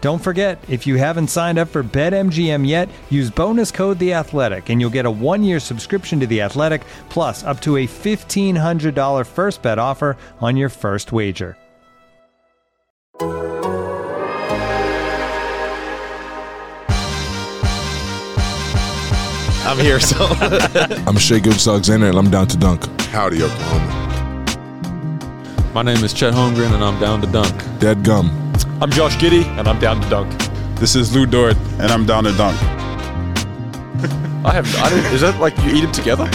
Don't forget, if you haven't signed up for BetMGM yet, use bonus code The Athletic, and you'll get a one-year subscription to The Athletic, plus up to a fifteen hundred dollar first bet offer on your first wager. I'm here, so I'm Shea Gilgis Alexander, and I'm down to dunk. Howdy, Oklahoma. My name is Chet Holmgren, and I'm down to dunk. Dead gum. I'm Josh Giddy, and I'm down to dunk. This is Lou Dort. And I'm down to dunk. I have. I don't, is that like you eat them together?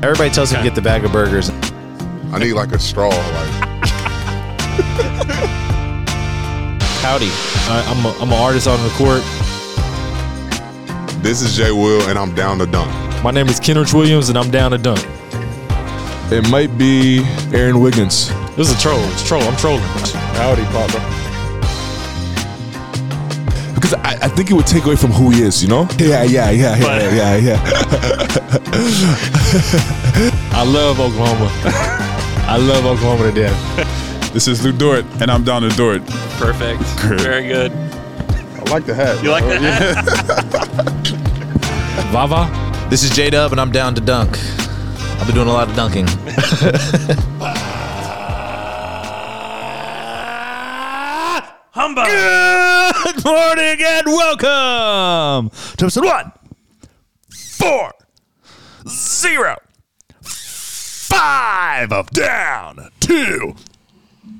everybody tells him to get the bag of burgers. I need like a straw. Like, Howdy, I, I'm a, I'm an artist on the court. this is Jay Will, and I'm down to dunk. My name is Kenrich Williams, and I'm down to dunk. It might be Aaron Wiggins. This is a troll. It's a troll. I'm trolling. Howdy, Papa. Because I, I think it would take away from who he is, you know? Yeah, yeah, yeah, yeah, yeah, yeah. I love Oklahoma. I love Oklahoma to death. This is Lou Dort, and I'm down to Dort. Perfect. Very good. I like the hat. You like that? Vava. This is J Dub, and I'm down to dunk. I've been doing a lot of dunking. Good morning and welcome to episode one, four, zero, five of Down Two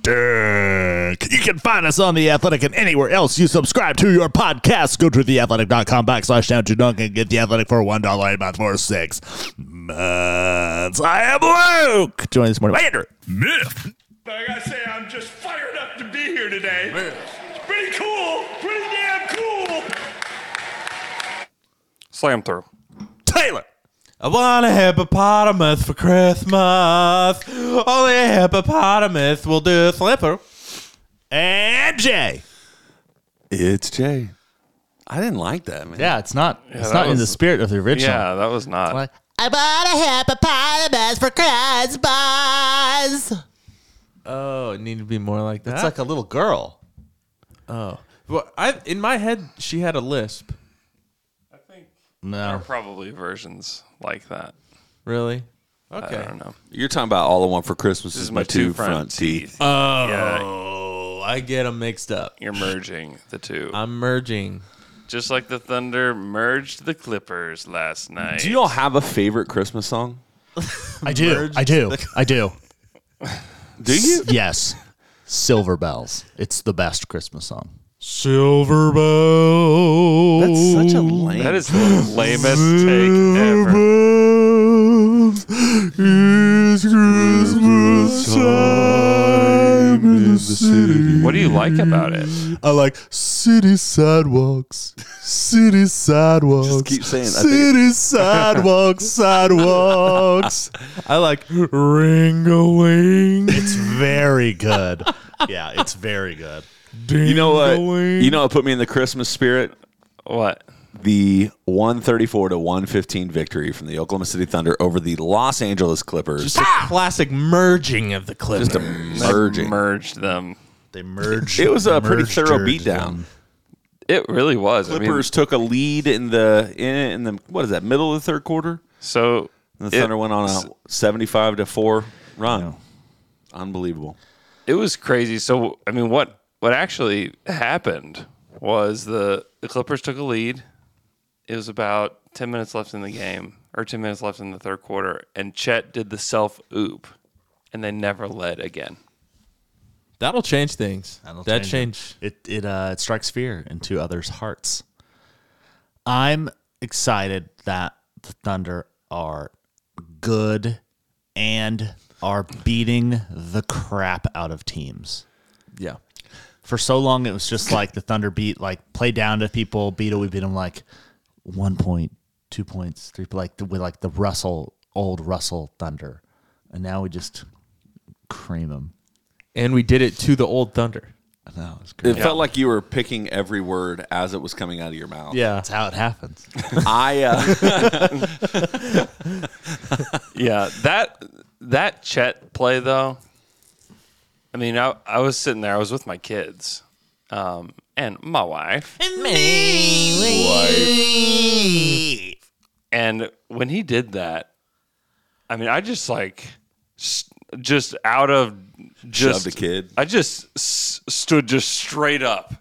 Dunk. You can find us on The Athletic and anywhere else you subscribe to your podcast. Go to theathletic.com backslash down to dunk and get The Athletic for $1 a month for six months. I am Luke. Joined this morning by Andrew. Myth. I gotta say, I'm just fired up to be here today. It's pretty cool, pretty damn cool. Slam through. Taylor. I want a hippopotamus for Christmas. Only a hippopotamus will do slipper. And Jay. It's Jay. I didn't like that, man. Yeah, it's not. it's that not in was- the spirit of the original. Yeah, Uh, that was not. What? I bought a hippopotamus for Christmas. oh, it needed to be more like Oh. It's like a little girl. well, I in my head she had a lisp. I think there are No. probably versions like that. Really? I Okay. don't know. You're talking about all I want for Christmas is, my, two, front, teeth. Oh, Yeah, I get them mixed up. you're merging the two. I'm merging. Just like the Thunder merged the Clippers last night. Do you all have a favorite Christmas song? I do. I do. I do. Do you? yes. Silver Bells. It's the best Christmas song. Silver Bells. That's such a lame. that is the lamest take ever. Bells, it's Christmas time in the city. What do you like about it? I like city sidewalks, city sidewalks. Just keep saying, I think city sidewalks, sidewalks. I like ring a wing. It's very good. yeah, it's very good. You know what? You know what put me in the Christmas spirit? What? The 134 to 115 victory from the Oklahoma City Thunder over the Los Angeles Clippers. Just a classic merging of the clips. Just a merging. Merged them. They merged. It was a pretty merged thorough them. beatdown. It really was. I mean, Clippers took a lead in the in, in the what is that middle of the third quarter? so And the it- Thunder went on a 75 to four run. Unbelievable. It was crazy. So I mean, what what actually happened was the, the Clippers took a lead. It was about 10 minutes left in the game, or 10 minutes left in the third quarter, and Chet did the self oop, and they never led again. That'll change things. That'll that change change. It it uh it strikes fear into others' hearts. I'm excited that the Thunder are good and are beating the crap out of teams. Yeah. For so long it was just like the Thunder beat like play down to people, beat it, we beat them like one point, two points, three like the, with like the Russell old Russell Thunder. And now we just cream them. And we did it to the old Thunder. No, it's It felt like you were picking every word as it was coming out of your mouth. Yeah. That's how it happens. I uh, yeah, that that Chet play though. I mean, I, I was sitting there. I was with my kids, um, and my wife, and me, and when he did that, I mean, I just like s- just out of just Shoved a kid. I just s- stood just straight up,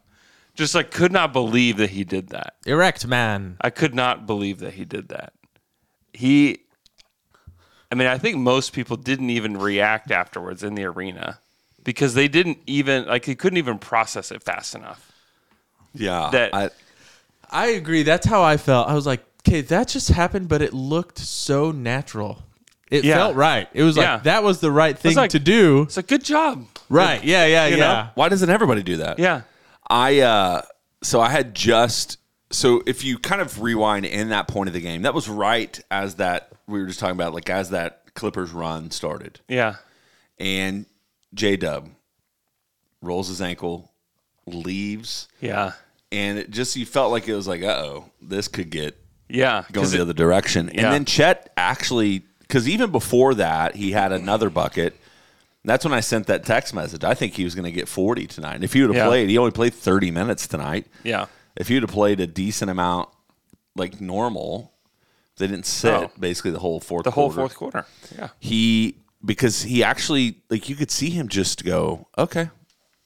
just like could not believe that he did that. Erect man. I could not believe that he did that. He, I mean, I think most people didn't even react afterwards in the arena because they didn't even, like, they couldn't even process it fast enough. Yeah. That, I agree. That's how I felt. I was like, okay, that just happened, but it looked so natural. It Yeah. felt right. It was like Yeah. that was the right thing like- to do. It's a good job. Right. Yeah. Yeah. You know? yeah. Why doesn't everybody do that? Yeah. I uh so I had just so if you kind of rewind in that point of the game, that was right as that we were just talking about, like as that Clippers run started. Yeah. And J Dub rolls his ankle, leaves. Yeah. And it just you felt like it was like, uh oh, this could get Yeah, going 'cause the it- other direction. Yeah. And then Chet actually, because even before that, he had another bucket. That's when I sent that text message. I think he was going to get 40 tonight. And if he would have Yeah. played, he only played 30 minutes tonight. Yeah. If he would have played a decent amount, like normal, they didn't sit No. basically the whole fourth Oh. the whole quarter. fourth quarter. Yeah. He, because he actually, like, you could see him just go, okay.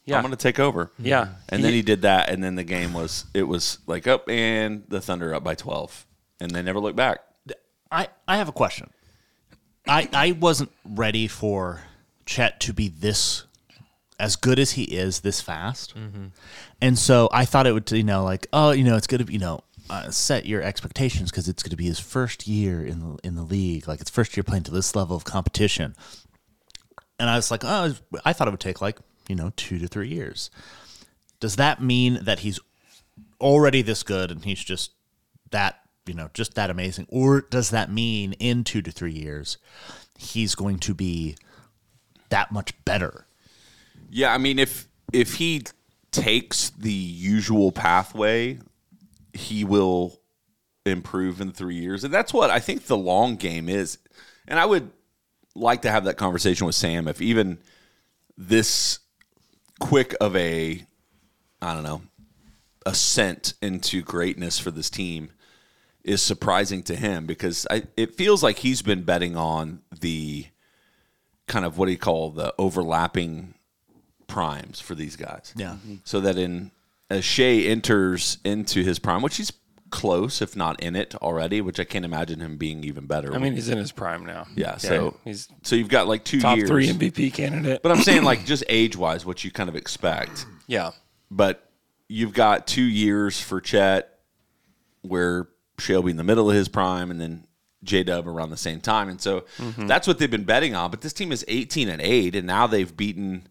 Yeah. I'm going to take over. Yeah. And then he did that. And then the game was, it was like up and the Thunder up by 12. And they never looked back. I, I have a question. I I wasn't ready for Chet to be this as good as he is this fast, and so I thought it would you know like oh you know it's gonna be you know uh, set your expectations because it's gonna be his first year in the in the league like it's first year playing to this level of competition, and I was like oh I thought it would take like you know two to three years. Does that mean that he's already this good and he's just that you know just that amazing or does that mean in two to three years he's going to be that much better Yeah, I mean if if he takes the usual pathway, he will improve in 3 years. And that's what I think the long game is. And I would like to have that conversation with Sam if even this quick of a I don't know, ascent into greatness for this team is surprising to him because I, it feels like he's been betting on the kind of what do you call the overlapping primes for these guys. Yeah. So that in as Shea enters into his prime, which he's close, if not in it already, which I can't imagine him being even better. I mean, he's in his prime now. Yeah. Yeah, So he's so you've got like two top years. three MVP candidate. But I'm saying like just age wise, what you kind of expect. Yeah. But you've got two years for Chet, where Shea'll be in the middle of his prime, and then J Dub around the same time, and so Mhm. that's what they've been betting on. But this team is 18 and eight, and now they've beaten.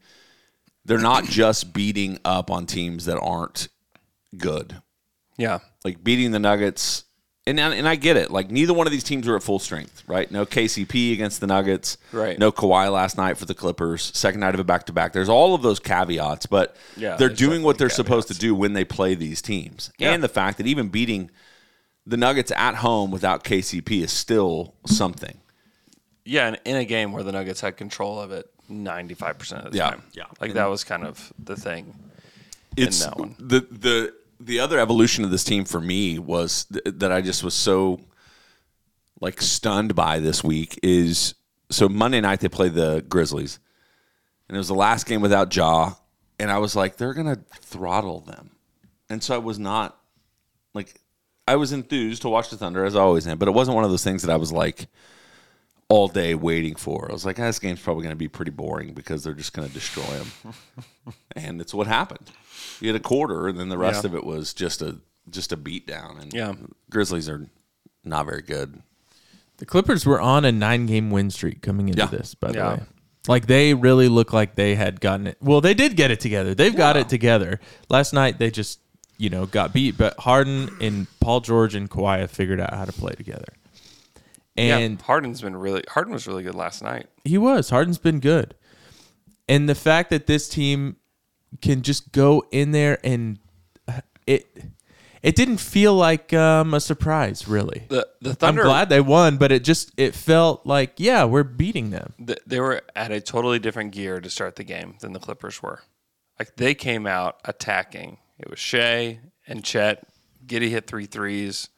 They're not just beating up on teams that aren't good. Yeah. Like beating the Nuggets. And, and I get it. Like neither one of these teams were at full strength, right? No KCP against the Nuggets. Right. No Kawhi last night for the Clippers. Second night of a back to back. There's all of those caveats, but Yeah, they're there's doing what they're supposed to do when they play these teams. Yeah. And the fact that even beating the Nuggets at home without KCP is still something. Yeah, and in a game where the Nuggets had control of it 95% of the Yeah. time. Yeah. Like that was kind of the thing it's in that one. the the the other evolution of this team for me was th- that I just was so like stunned by this week is so Monday night they play the Grizzlies and it was the last game without Jaw and I was like, they're gonna throttle them, and so I was not like, I was enthused to watch the Thunder as I always am, but it wasn't one of those things that I was like all day waiting for. I was like, ah, this game's probably gonna be pretty boring because they're just gonna destroy them, and it's what happened. You had a quarter, and then the rest Yeah. of it was just a just a beat down, and Yeah. Grizzlies are not very good. The Clippers were on a nine game win streak coming into Yeah. this, by the Yeah. way. Like they really look like they had gotten it. Well, they did get it together. They've got it together. Last night they just, you know, got beat, but Harden and Paul George and Kawhi have figured out how to play together. And yeah, Harden's been really Harden was really good last night. he was. Harden's been good. And the fact that this team can just go in there and uh, it it didn't feel like um, a surprise really. The- the Thunder- I'm glad they won, but it just it felt like yeah, we're beating them. Th- They were at a totally different gear to start the game than the Clippers were. Like they came out attacking. It was Shea and Chet. Giddy hit three threes.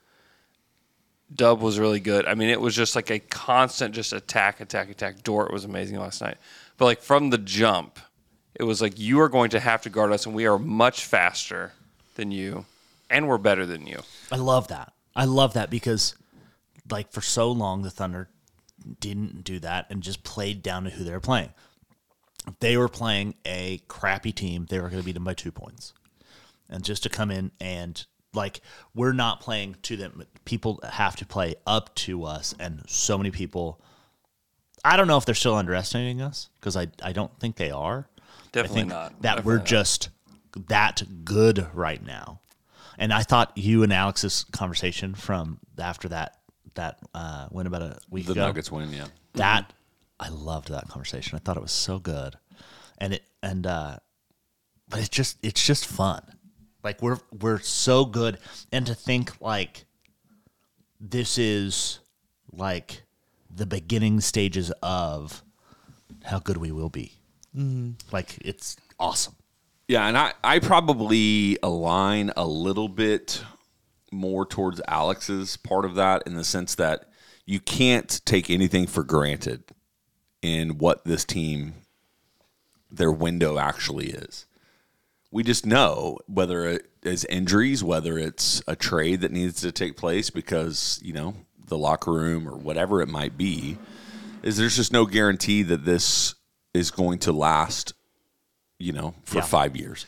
Dub was really good. I mean, it was just like a constant just attack, attack, attack. Dort was amazing last night. But like from the jump, it was like you are going to have to guard us and we are much faster than you and we're better than you. I love that. I love that because, like, for so long, the Thunder didn't do that and just played down to who they were playing. If they were playing a crappy team, they were going to beat them by two points. And just to come in and, like, we're not playing to them. People have to play up to us. And so many people, I don't know if they're still underestimating us because I, I don't think they are. Definitely I think not. That Definitely we're not. just that good right now. And I thought you and Alex's conversation from after that that uh, win about a week The ago. Nuggets win, yeah. That I loved that conversation. I thought it was so good, and it and uh, but it's just it's just fun. Like we're we're so good, and to think like this is like the beginning stages of how good we will be. Mhm. Like it's awesome. Yeah, and I, I probably align a little bit more towards Alex's part of that in the sense that you can't take anything for granted in what this team, their window actually is. We just know whether it is injuries, whether it's a trade that needs to take place because, you know, the locker room or whatever it might be, is there's just no guarantee that this is going to last you know, for Yeah. five years.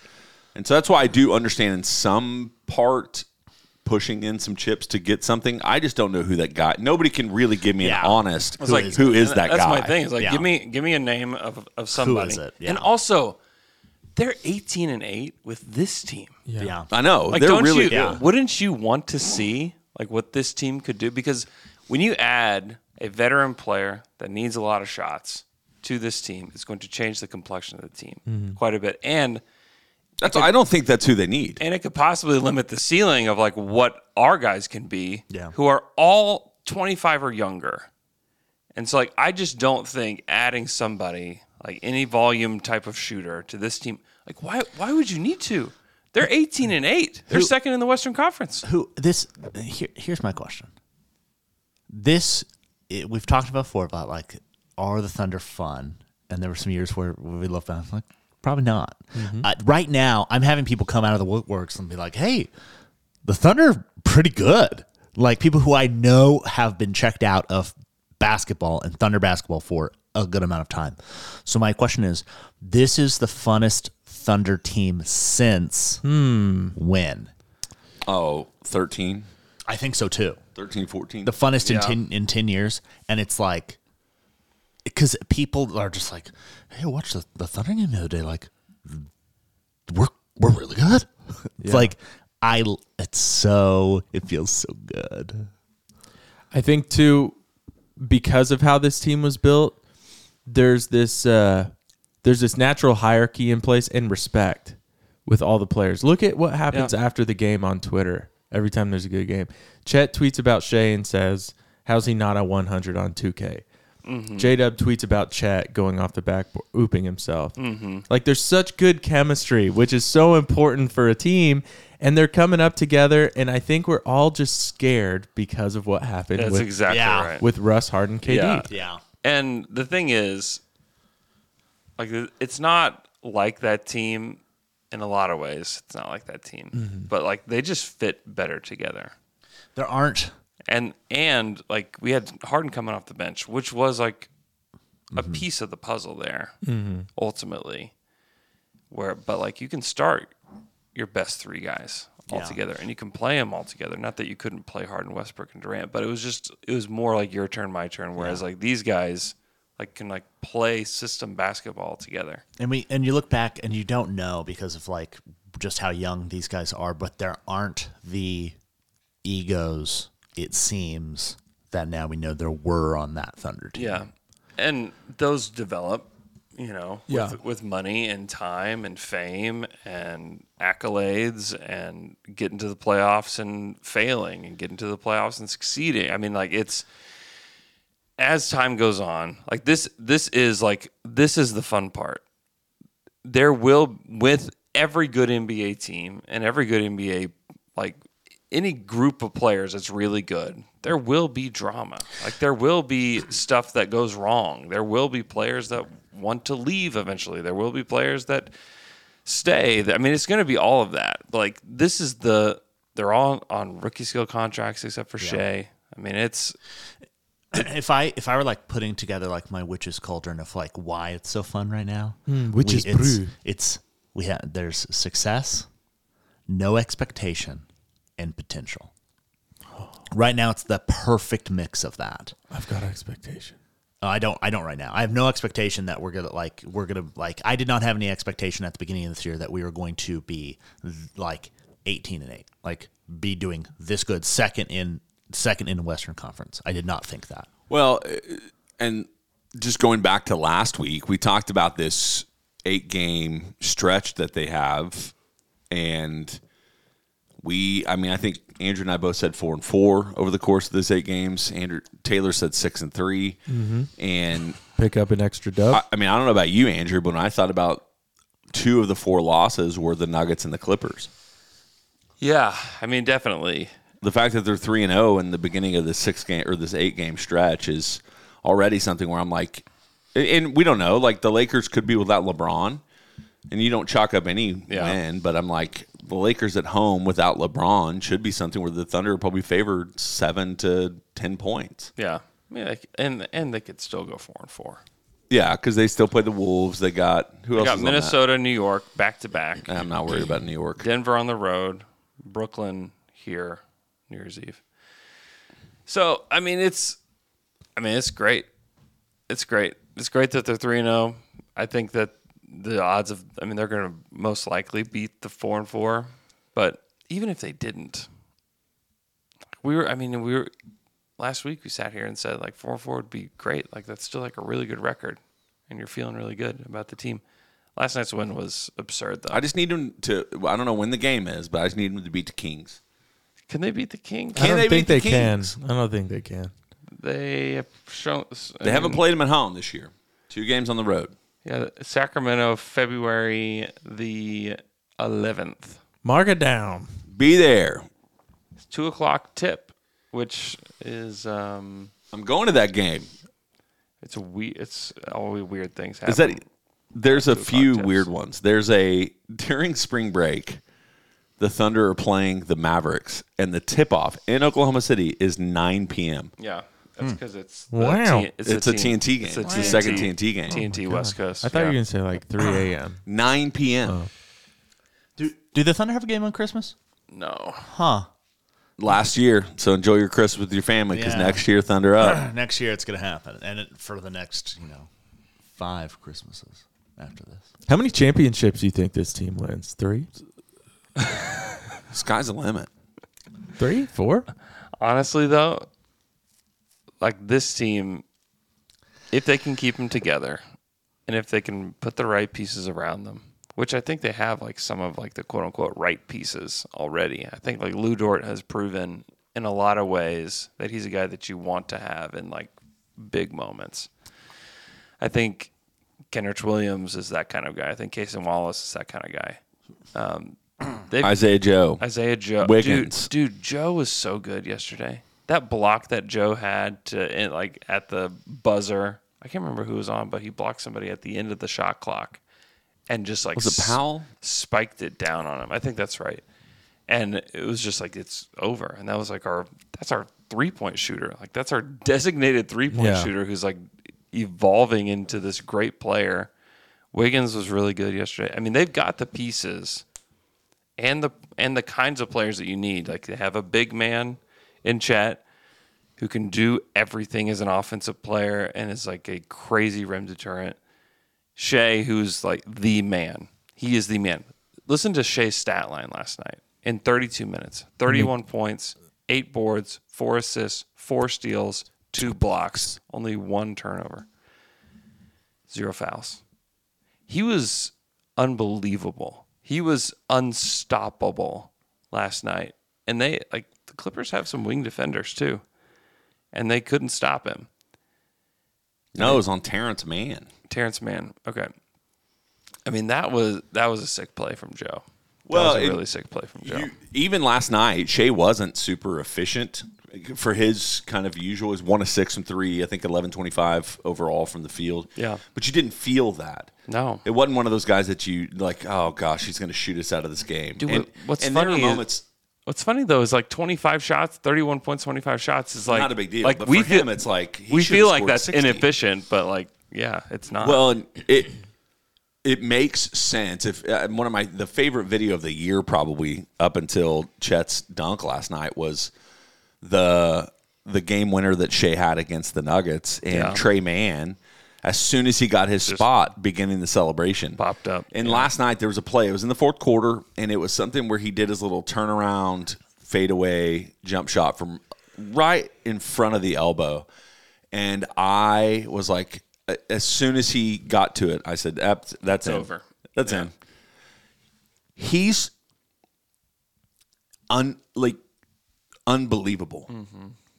And so that's why I do understand in some part pushing in some chips to get something. I just don't know who that guy. Nobody can really give me an honest. I was like, who is that that's guy? my thing. It's like, give me give me a name of, of somebody. it? And Yeah. also, they're eighteen and eight with this team. Yeah. Yeah. I know. They're don't really you, good. Wouldn't you want to see like what this team could do? Because when you add a veteran player that needs a lot of shots to this team, it's going to change the complexion of the team Mhm. quite a bit. And That's. I don't think that's who they need. and it could possibly limit the ceiling of like what our guys can be, Yeah. who are all 25 or younger. And so, like, I just don't think adding somebody like any volume type of shooter to this team, like, why why would you need to? They're 18 and eight. They're Who- second in the Western Conference. Who this? Here, here's my question. This it, we've talked about before about like are the Thunder fun? And there were some years where we looked back like probably not. Mhm. Uh, right now, I'm having people come out of the woodworks and be like, "Hey, the Thunder are pretty good." Like people who I know have been checked out of basketball and Thunder basketball for a good amount of time. So my question is, this is the funnest Thunder team since Hmm. when? Oh, 13? I think so too. 13, 14. The funnest Yeah. in, 10, in 10 years. And it's like, because people are just like, hey, watch the, the Thunder game the other day. Like, we're, we're really good. It's Yeah. like, I, l- it's so, it feels so good. I think too, because of how this team was built, there's this uh, there's this natural hierarchy in place and respect with all the players. Look at what happens after the game on Twitter. Every time there's a good game, Chet tweets about Shea and says, "How's he not a 100 on 2K?" Mhm. J Dub tweets about Chet going off the backboard, ooping himself. Mhm. Like there's such good chemistry, which is so important for a team. And they're coming up together, and I think we're all just scared because of what happened. That's with, exactly Yeah. right. With Russ Harden, KD. Yeah. And the thing is, like, th- it's not like that team in a lot of ways. It's not like that team, Mhm. but like they just fit better together. There aren't. And and like we had Harden coming off the bench, which was like a piece of the puzzle there Mhm. ultimately. Where but like you can start your best three guys all Yeah. together and you can play them all together. Not that you couldn't play Harden, Westbrook, and Durant, but it was just it was more like your turn, my turn. Whereas like these guys like can like play system basketball together. And we and you look back and you don't know because of like just how young these guys are, but there aren't the egos it seems that now we know there were on that Thunder team. Yeah. Mm-hmm. And those develop, you know, with, Yeah. with money and time and fame and accolades and getting to the playoffs and failing and getting to the playoffs and succeeding. I mean, like it's as time goes on, like this this is like this is the fun part. There will with every good NBA team and every good NBA like any group of players that's really good, there will be drama. Like there will be stuff that goes wrong. There will be players that want to leave eventually. There will be players that stay. I mean, it's going to be all of that. Like this is the they're all on rookie skill contracts except for Shea. I mean, it's if I if I were like putting together like my witch's cauldron of like why it's so fun right now, Mm, witch's it's, brew. It's we have there's success, no expectation, and potential. Right now, it's the perfect mix of that. I've got expectation. Uh, I don't. I don't right now. I have no expectation that we're gonna like. We're gonna like. I did not have any expectation at the beginning of this year that we were going to be like eighteen and eight, like be doing this good, second in second in the Western Conference. I did not think that. Well, uh, and just going back to last week, we talked about this eight game stretch that they have. And we, I mean, I think Andrew and I both said four and four over the course of this eight games. Andrew Taylor said six and 3 Mhm. And Pick up an extra dub. I, I mean, I don't know about you, Andrew, but when I thought about two of the four losses were the Nuggets and the Clippers. yeah, I mean, definitely. The fact that they're three and zero in the beginning of this six game or this eight game stretch is already something where I'm like, and we don't know. Like the Lakers could be without LeBron, and you don't chalk up any win. But I'm like, the Lakers at home without LeBron should be something where the Thunder are probably favored seven to ten points. Yeah. I mean, like, and and they could still go 4 and 4. Yeah, because they still play the Wolves. They got who They else? got is on that? Minnesota, New York back to back. I'm not worried about New York. Denver on the road, Brooklyn here, New Year's Eve. So I mean, it's, I mean, it's great. It's great. It's great that they're three and zero. I think that the odds of, I mean, they're going to most likely beat the four and four. But even if they didn't, we were. I mean, we were last week. We sat here and said like four and four would be great. Like that's still like a really good record, and you're feeling really good about the team. Last night's win was absurd, though. I just need them to. I don't know when the game is, but I just need them to beat the Kings. Can they beat the Kings? I don't think they can. Kings? I don't think they can. They have shown. They haven't played them at home this year. Two games on the road. Yeah, Sacramento, February the eleventh. Mark it down. Be there. It's two o'clock tip, which is. um I'm going to that game. It's a we. It's all we weird things happen. Is that there's a few weird ones. There's a during spring break, the Thunder are playing the Mavericks, and the tip off in Oklahoma City is 9 p.m. Yeah, that's because it's the Wow. T- Hmm. It's a TNT game. It's the second TNT game. TNT Oh my West God. Coast. I thought you were going to say like 3 a.m. 9 p.m. Do the Thunder have a game on Christmas? No. Huh. Last year, so enjoy your Christmas with your family because Yeah. next year Thunder up. next year it's going to happen, and it, for the next you know five Christmases after this. How many championships do you think this team wins? Three? Sky's the limit. Three? Four? Honestly, though, like this team, if they can keep them together, and if they can put the right pieces around them, which I think they have, like some of like the quote unquote right pieces already. I think like Lou Dort has proven in a lot of ways that he's a guy that you want to have in like big moments. I think Kenrich Williams is that kind of guy. I think Casey Wallace is that kind of guy. Um, they've- Isaiah Joe. Isaiah Joe. Wiggins. Dude, dude, Joe was so good yesterday. That block that Joe had to in, like at the buzzer. I can't remember who was on, but he blocked somebody at the end of the shot clock. and just like Was it s- Powell? spiked it down on him. I think that's right. And it was just like it's over. And that was like our that's our three point shooter. Like that's our designated three point Yeah. shooter who's like evolving into this great player. Wiggins was really good yesterday. I mean, they've got the pieces and the and the kinds of players that you need. Like they have a big man in chat who can do everything as an offensive player and is like a crazy rim deterrent. Shea, who's like the man. He is the man. Listen to Shea's stat line last night in 32 minutes 31 points, eight boards, four assists, four steals, two blocks, only one turnover, zero fouls. He was unbelievable. He was unstoppable last night. And they, like, the Clippers have some wing defenders too. And they couldn't stop him. No, it was on Terrence Mann. Terrence Mann. Okay. I mean that was that was a sick play from Joe. that was a it- really sick play from Joe. you- even last night, Shea wasn't super efficient for his kind of usual. Is one of six and three. I think eleven twenty five overall from the field. Yeah. but you didn't feel that. No. it wasn't one of those guys that you like. Oh gosh, he's going to shoot us out of this game. Dude, And- what- what's and there are funny? moments- Is, what's funny though is like twenty five shots, thirty one points, twenty five shots is like Not a big deal, Like but we for feel him, it's like, he we should've feel like scored that's 60. inefficient, but like yeah, it's not. Well, and it it makes sense. If uh, one of my the favorite video of the year probably up until Chet's dunk last night was the the game winner that Shea had against the Nuggets and Yeah. Trey Mann. As soon as he got his spot, beginning the celebration popped up. And last night there was a play. It was in the fourth quarter, and it was something where he did his little turnaround fadeaway jump shot from right in front of the elbow and I was like, a- as soon as he got to it, I said, "Ep, "That's It's in. over. That's Yeah. him." He's un like unbelievable.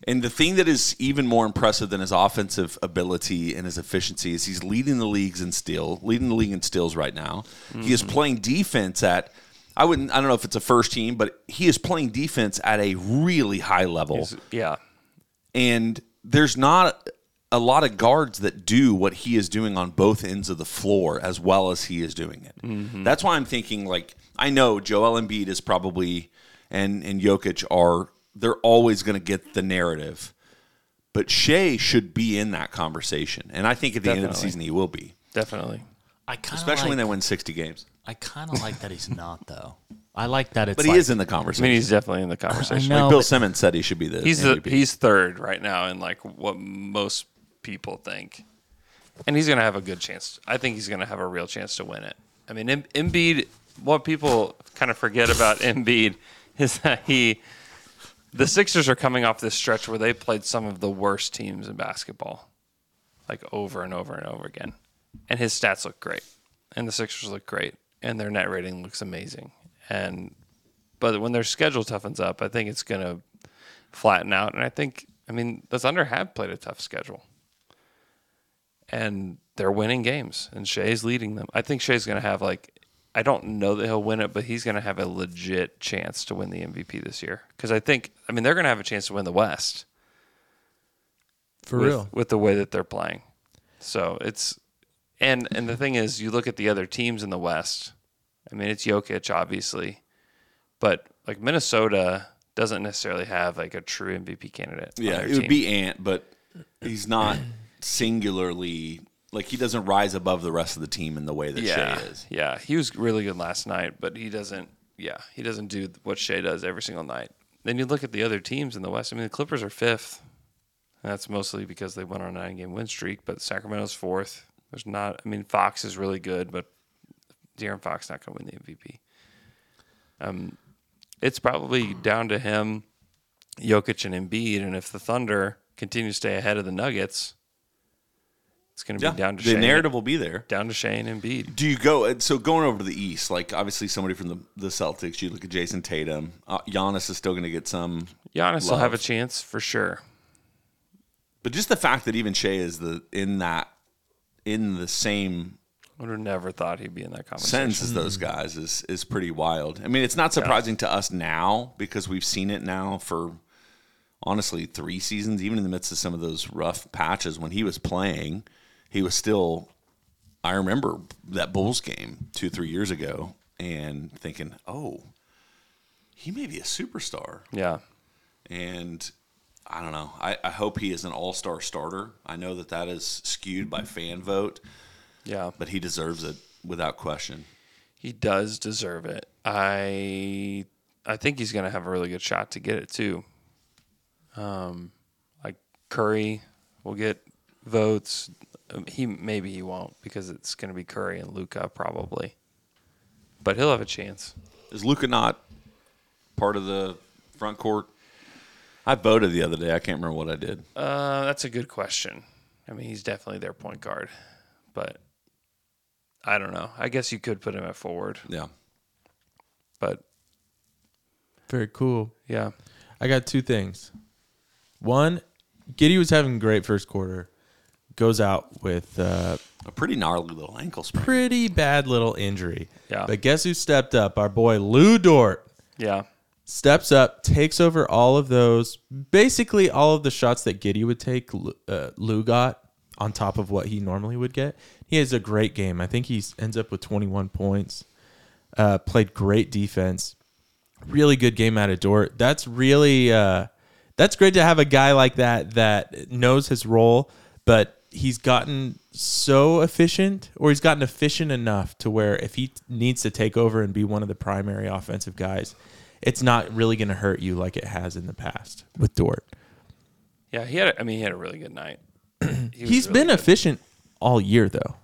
And the thing that is even more impressive than his offensive ability and his efficiency is he's leading the leagues in steal, leading the league in steals right now. He is Mhm. playing defense at I wouldn't I don't know if it's a first team, but he is playing defense at a really high level. yeah. And there's not a lot of guards that do what he is doing on both ends of the floor as well as he is doing it. Mm-hmm. That's why I'm thinking like I know Joel Embiid is probably and and Jokic are they're always going to get the narrative, but Shea should be in that conversation, and I think at the end of the Definitely. season he will be. Definitely, I kinda especially when like- they win sixty games. I kind of like that he's not though. I like that it's. but he like- is in the conversation. I mean, he's definitely in the conversation. like know, Bill but- Simmons said, he should be the. he's the, MVP. he's third right now in like what most people think, and he's gonna have a good chance. I think he's gonna have a real chance to win it. I mean, em- Embiid. What people kind of forget about Embiid is that he, the Sixers are coming off this stretch where they played some of the worst teams in basketball, like over and over and over again, and his stats look great, and the Sixers look great, and their net rating looks amazing, and but when their schedule toughens up, I think it's going to flatten out. And I think, I mean, the Thunder have played a tough schedule, and they're winning games, and Shea's leading them. I think Shea's going to have like, I don't know that he'll win it, but he's going to have a legit chance to win the MVP this year because I think, I mean, they're going to have a chance to win the West For with- real. with the way that they're playing. So it's and and the thing is, you look at the other teams in the West. I mean, it's Jokic obviously, but like Minnesota doesn't necessarily have like a true MVP candidate. on Yeah, their it would team. be Ant, but he's not singularly like he doesn't rise above the rest of the team in the way that yeah, Shea is. yeah. He was really good last night, but he doesn't. Yeah, he doesn't do what Shea does every single night. Then you look at the other teams in the West. I mean, the Clippers are fifth. And that's mostly because they went on a nine-game win streak. But Sacramento's fourth. There's not. I mean, Fox is really good, but De'Aaron Fox not going to win the MVP. Um, it's probably down to him, Jokic, and Embiid. And if the Thunder continue to stay ahead of the Nuggets, it's going to be Yeah, down to the Shea. narrative will be there. Down to Shea and Embiid. Do you go and so going over to the East? Like obviously somebody from the, the Celtics. You look at Jason Tatum. Uh, Giannis is still going to get some. Giannis will love. have a chance for sure. but just the fact that even Shea is the in that in the same Would have never thought he'd be in that conversation. sense as those guys is is pretty wild. I mean, it's not surprising to us now because we've seen it now for honestly three seasons. Even in the midst of some of those rough patches when he was playing, he was still I remember that Bulls game two, three years ago and thinking, oh, he may be a superstar. Yeah. And I don't know. I, I hope he is an all star starter. I know that that is skewed by fan vote. Yeah. But he deserves it without question. He does deserve it. I I think he's going to have a really good shot to get it too. Um, like Curry will get votes. Um, He maybe he won't because it's going to be Curry and Luca probably, but he'll have a chance. Is Luca not part of the front court? I voted the other day. I can't remember what I did. Uh, that's a good question. I mean, he's definitely their point guard, but I don't know. I guess you could put him at forward. Yeah. But Very cool. Yeah. I got two things. One, Giddy was having a great first quarter. Goes out with uh, a pretty gnarly little ankle sprain. Pretty bad little injury. Yeah. But guess who stepped up? Our boy Lou Dort. Yeah. Steps up, takes over all of those, basically all of the shots that Giddy would take, Lu- uh, Lou got on top of what he normally would get. He has a great game. I think he ends up with 21 points. Uh, played great defense. Really good game out of Dort. That's really uh, that's great to have a guy like that that knows his role, but he's gotten so efficient or he's gotten efficient enough to where if he t- needs to take over and be one of the primary offensive guys, it's not really going to hurt you like it has in the past with Dort. yeah, he had. A, I mean, he had a really good night. He was He has really been efficient all year though.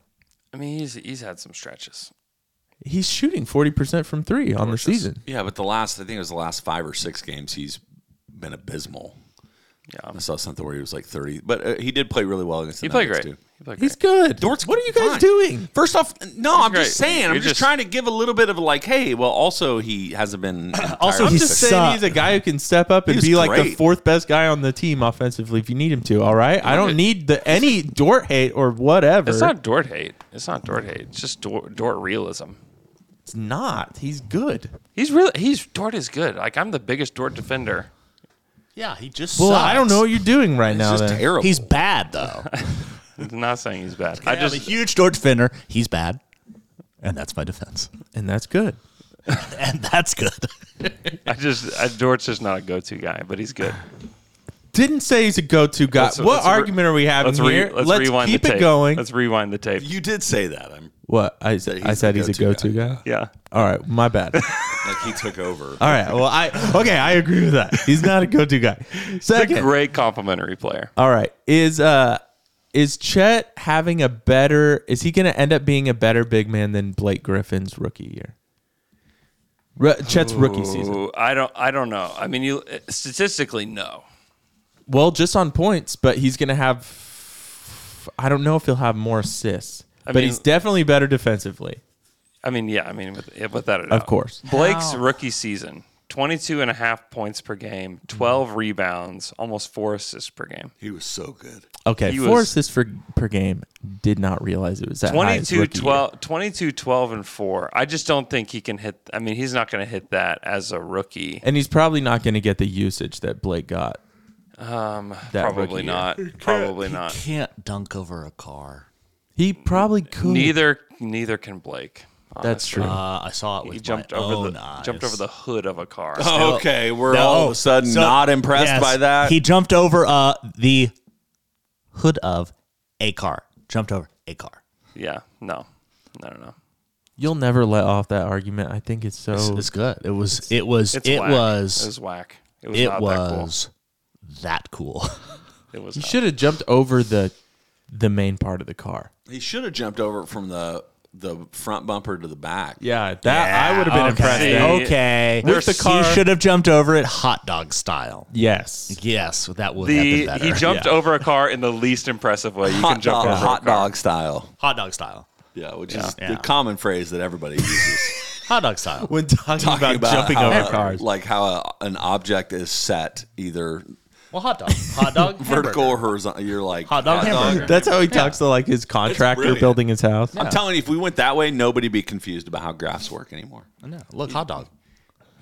I mean, he's he's had some stretches. He's shooting 40% from 3 on the season. Yeah, but the last I think it was the last five or six games he's been abysmal. Yeah, I saw something where he was like thirty, but uh, he did play really well against. He the played Nuggets, great. Too. He played He's good. Dort's what are you guys doing? First off, no, He's I'm great. just saying. I'm You're just, just- trying to give a little bit of like, hey, well, also he hasn't been. Also, entirely I'm just saying successful. he's a guy who can step up and He's be like the great. fourth best guy on the team offensively if you need him to. All right, I don't need the any Dort hate or whatever. It's not Dort hate. It's not Dort hate. It's just Dort, Dort realism. It's not. He's good. He's really. He's Dort is good. Like I'm the biggest Dort defender. Yeah, he just Well, I sucks. don't know what you're doing right now. then. He's bad though. I'm not saying he's bad. I I just, am a just huge George Finner. He's bad, and that's my defense. And that's good. and that's good. I just I, Dort's just not a go-to guy, but he's good. Didn't say he's a go-to guy. Let's- what let's re- argument are we having let's re- here? let's rewind the keep it tape. going. Let's rewind the tape. You did say that. I'm What I said? I said he's a go-to guy. Yeah. All right, my bad. like he took over. All right. Well, I okay. I agree with that. He's not a go-to guy. He's a Second, great complimentary player. All right. Is uh is Chet having a better is he gonna end up being a better big man than Blake Griffin's rookie year? Re- Chet's rookie season. Ooh, I don't. I don't know. I mean, you statistically, no. Well, just on points, but he's gonna have I don't know if he'll have more assists. I but mean- he's definitely better defensively. I mean, yeah. I mean, with- yeah, without a doubt. Of course. Blake's rookie season: 22 and a half points per game, twelve rebounds, almost four assists per game. He was so good. Okay, He four was assists for, per game. Did not realize it was that high. as 22 rookie year. 12, 22 12 and 4 i just don't think he can hit i mean he's not going to hit that as a rookie And he's probably not gonna get the usage that Blake got. um That probably rookie year. not He can't- probably not Can't dunk over a car. He probably could neither neither can blake That's true. honestly. Uh, I saw it with he jumped my over own the eyes. jumped over the hood of a car Oh, okay, we're all of a sudden So- not impressed yes, by that. He jumped over uh, the hood of a car. Jumped over a car. yeah no no no no You'll never let off that argument. I think it's so. It's, it's good. It was. It was. it's It whack. was. It was whack. It It was was. not that cool. that cool. it was You should have jumped over the the main part of the car. He should have jumped over from the the front bumper to the back. Yeah, that- I would have been impressed then. Okay, With the car- he should have jumped over it hot dog style. Yes, yes, that would have been the better. he jumped Yeah. over a car in the least impressive way you Hot can dog- jump over hot a car. dog style. Hot dog style. Yeah, which Yeah. is Yeah. the common phrase that everybody uses. hot dog style. When talking, about jumping how over a- cars. like how a, an object is set either Well, hot dog, hot dog, vertical or horizontal. You're like Hot dog hamburger. That's how he talks to like his contractor brilliant. building his house. I'm telling you, if we went that way, nobody'd be confused about how graphs work anymore. No, look, hot dog.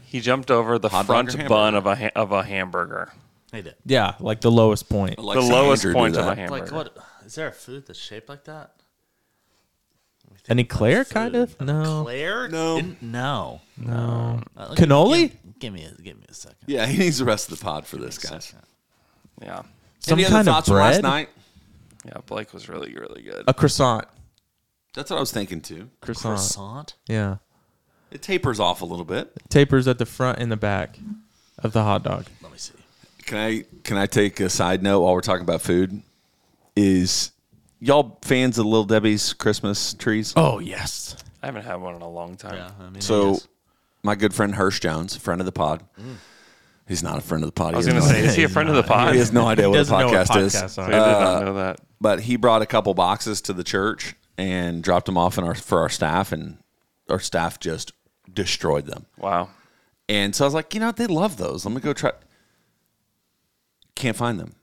he jumped over the Hot dog or front bun of a ha- of a hamburger He did. Yeah, like the lowest point. the lowest point of a hamburger Like what? Is there a food that's shaped like that? An eclair, kind of? No. Claire? No. no. No. Uh, Cannoli? Give, give me a give me a second. Yeah, he needs the rest of the pod for this, guys. Yeah. Any other thoughts from last night? Yeah, Blake was really, really good. A croissant. That's what I was thinking too. Croissant. Yeah. It tapers off a little bit. Tapers at the front and the back of the hot dog. Let me see. Can I can I take a side note while we're talking about food? Is y'all fans of Little Debbie's Christmas trees? Oh yes. I haven't had one in a long time. Yeah, I mean, So my good friend Hirsch Jones, a friend of the pod. He's not a friend of the pod. I was He has gonna no say, is he a idea. friend of the pod? He has no idea He what a doesn't know what podcast is. podcasts are. I did not know that. But he brought a couple boxes to the church and dropped them off in our for our staff, and our staff just destroyed them. Wow. And so I was like, you know, they love those. Let me go try. Can't find them.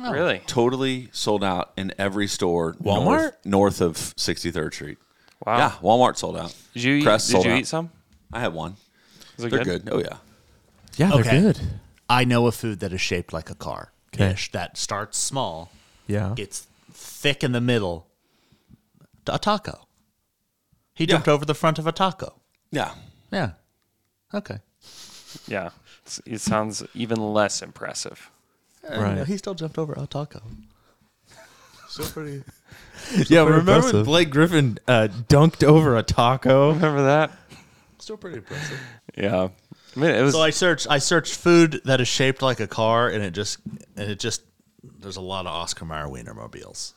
Oh. Really? Totally sold out in every store. Walmart? north, north of 63rd Street. Wow. Yeah, Walmart sold out. Did you eat- Crest did sold you out. eat some? I had one. Was it They're good? good? Oh yeah. Yeah, they're good. I know a food that is shaped like a car. Okay. Ish, that starts small. Yeah. Gets thick in the middle. A taco. He jumped over the front of a taco. Yeah. Yeah. Okay. Yeah. It's- It sounds even less impressive. And, uh, He still jumped over a taco. Still pretty. yeah, remember when Blake Griffin uh, dunked over a taco? Remember that? Still pretty impressive. Yeah. I mean, it was so I searched. I searched food that is shaped like a car, and it just and it just there's a lot of Oscar Mayer Wienermobiles.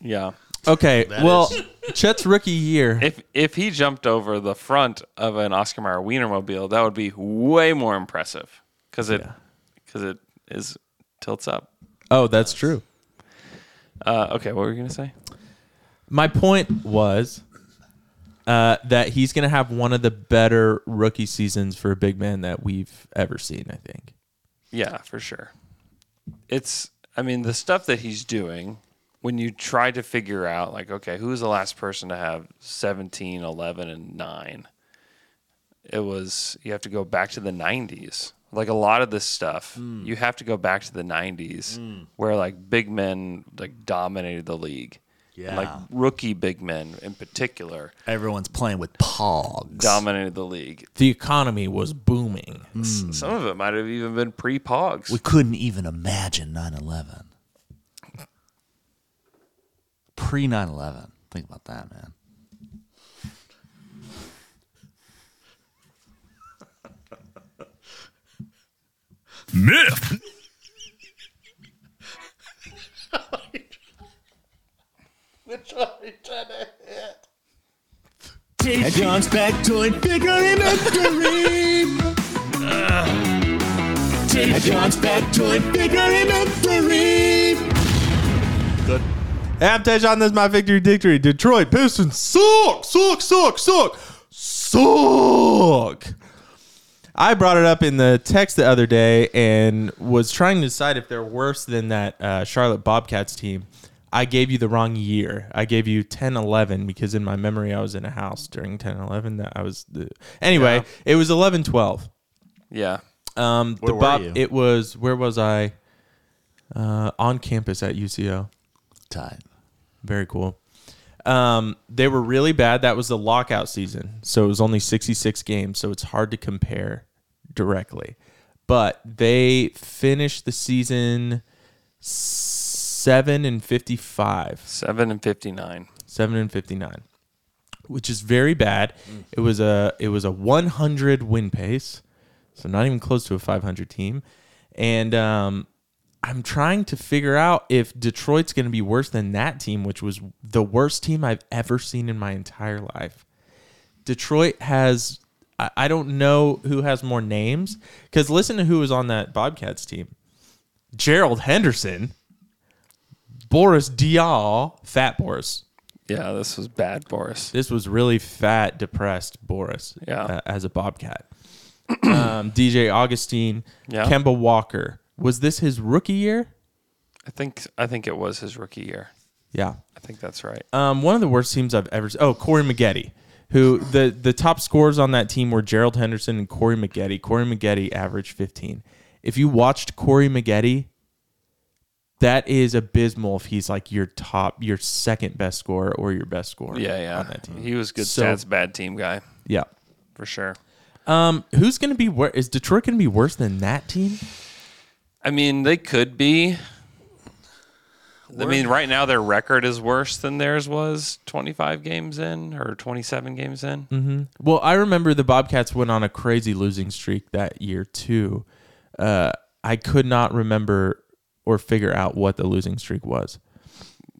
yeah. Okay, That well, Chet's rookie year. If if he jumped over the front of an Oscar Mayer Wienermobile, that would be way more impressive because it because it is tilts up. Oh, that's true. Uh, okay, what were you gonna say? My point was uh, that he's going to have one of the better rookie seasons for a big man that we've ever seen, I think. Yeah, for sure. It's I mean the stuff that he's doing when you try to figure out like okay, who's the last person to have 17, 11 and 9? It was you have to go back to the 90s. Like a lot of this stuff, you have to go back to the 90s where like big men like dominated the league. And, like Yeah. rookie big men in particular Everyone's playing with pogs. dominated the league. The economy was booming. S- Some of it might have even been pre-pogs. We couldn't even imagine 9/11. Pre 9/11. Think about that, man. Myth. Which one are you trying to hit? John's back toy bigger in a dream. John's back toy bigger in a dream. Am Tejon, this is my victory victory. Detroit Pistons suck, suck, suck, suck, suck. I brought it up in the text the other day and was trying to decide if they're worse than that uh, Charlotte Bobcats team. I gave you the wrong year. I gave you 10 11 because in my memory I was in a house during 10 11 that I was the Anyway, it was 11 12. Yeah. Um Where the were Bob you? it was where was I uh, on campus at UCO. Tight. Very cool. Um, they were really bad. That was the lockout season. So it was only 66 games. So it's hard to compare directly. But they finished the season 7 and 55. 7 and 59. 7 and 59. Which is very bad. It was a it was a 100 win pace. So not even close to a 500 team. And um I'm trying to figure out if Detroit's going to be worse than that team, which was the worst team I've ever seen in my entire life. Detroit has I, I don't know who has more names because listen to who was on that Bobcats team: Gerald Henderson, Boris Diaw, Fat Boris. Yeah, this was bad Boris. This was really fat, depressed Boris. Yeah. uh, as a Bobcat. um, DJ Augustine, Yeah. Kemba Walker. Was this his rookie year? I think I think it was his rookie year. Yeah. I think that's right. Um, one of the worst teams I've ever. Oh, Corey Maggette, who the the top scorers on that team were Gerald Henderson and Corey Maggette. Corey Maggette averaged 15. If you watched Corey Maggette that is abysmal if he's like your top, your second best scorer or your best scorer. Yeah, yeah. On that team. He was good So- stats, bad team guy. Yeah. for sure. Um, who's going to be wor Is Detroit going to be worse than that team? I mean, they could be. I mean, right now their record is worse than theirs was 25 games in or 27 games in. Mm-hmm. Well, I remember the Bobcats went on a crazy losing streak that year too. Uh, I could not remember or figure out what the losing streak was.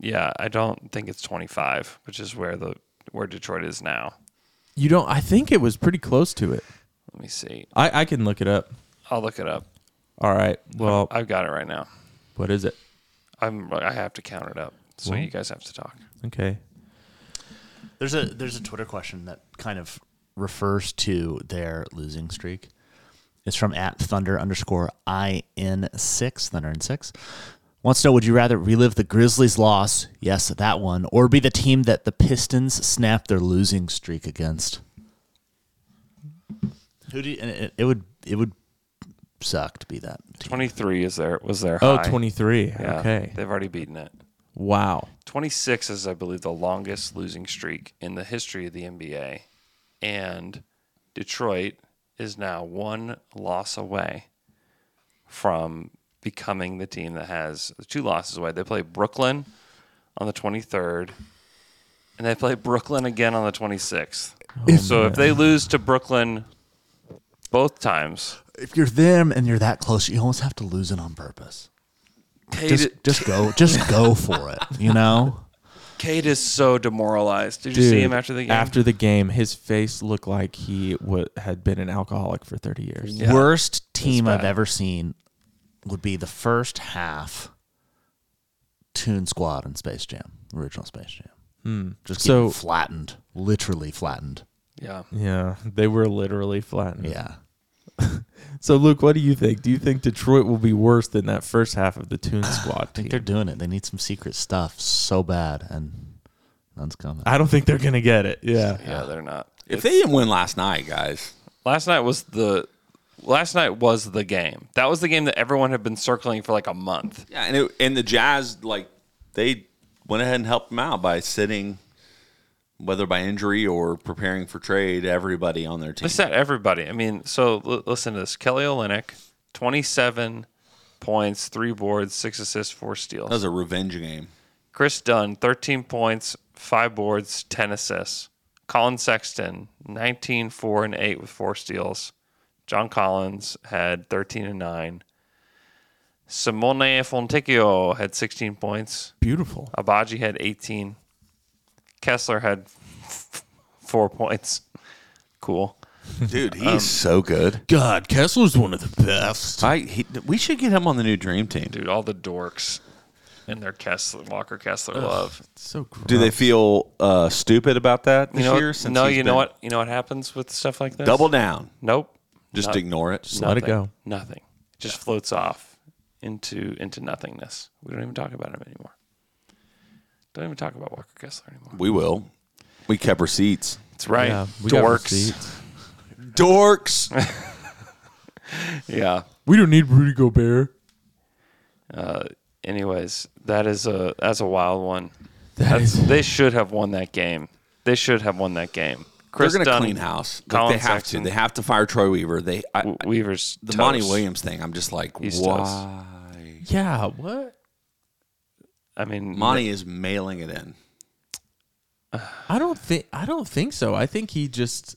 Yeah, I don't think it's 25, which is where the where Detroit is now. You don't. I think it was pretty close to it. Let me see. I, I can look it up. I'll look it up. All right. Well, I've got it right now. What is it? I'm I have to count it up. So Well- you guys have to talk. Okay. There's a there's a Twitter question that kind of refers to their losing streak. It's from at thunder underscore i n six thunder in six. Wants to know: Would you rather relive the Grizzlies' loss, yes, that one, or be the team that the Pistons snapped their losing streak against? Who do you, and it, it would it would suck to be that. 23 is there was their Oh, high. 23. Yeah, Okay. They've already beaten it. Wow. 26 is, I believe, the longest losing streak in the history of the NBA. And Detroit is now one loss away from becoming the team that has two losses away. They play Brooklyn on the 23rd, and they play Brooklyn again on the 26th. Oh, so if they lose to Brooklyn both times, If you're them and you're that close, you almost have to lose it on purpose. Hate just, it. just go, just go for it. You know. Kate is so demoralized. Did you see him after the game? After the game, his face looked like he wa had been an alcoholic for 30 years. Worst team I've ever seen would be the first half Toon Squad in Space Jam, original Space Jam. Hmm. Just So- so flattened, literally flattened. Yeah. Yeah, they were literally flattened. Yeah. so, Luke, what do you think? Do you think Detroit will be worse than that first half of the Toon Squad? I think they're doing it. They need some secret stuff so bad, and none's coming. I don't think they're gonna get it. Yeah. Yeah, they're not. If they didn't win last night, guys. Last night was the last night was the game. That was the game that everyone had been circling for like a month. Yeah, and it, and the Jazz like they went ahead and helped them out by sitting, whether by injury or preparing for trade, everybody on their team. They said everybody. I mean, so l- listen to this: Kelly Olynyk, twenty-seven points, three boards, six assists, four steals. That was a revenge game. Chris Dunn, 13 points, five boards, 10 assists. Colin Sexton, 19, 4, and 8 with four steals. John Collins had 13 and 9. Simone Fontecchio had 16 points. Beautiful. Abaji had 18. Kessler had four points. Cool. Dude, he's Um, so good. God, Kessler's one of the best. I he, we should get him on the new dream team. Dude, all the dorks and their Kessler, Walker Kessler love. So Do they feel uh, stupid about that this you know, year? Since no, he's you know been- what? You know what happens with stuff like this? Double down. Nope. Just Noth- ignore it. Just let it nothing. go. Nothing. Just floats off into into nothingness. We don't even talk about him anymore. Don't even talk about Walker Kessler anymore. We will. We kept receipts. That's right. Dorks. Dorks. yeah. We don't need Rudy Gobert. Uh, anyways, that is a that's a wild one. That That's- they should have won that game. They should have won that game. Chris They're going to Dunn, clean house. Like, Colin they have Sexton. to. They have to fire Troy Weaver. They I, Weaver's the Monty toast. Williams thing. I'm just like, He's why? Yeah. What? I mean, Monty is mailing it in. I don't think. I don't think so. I think he just.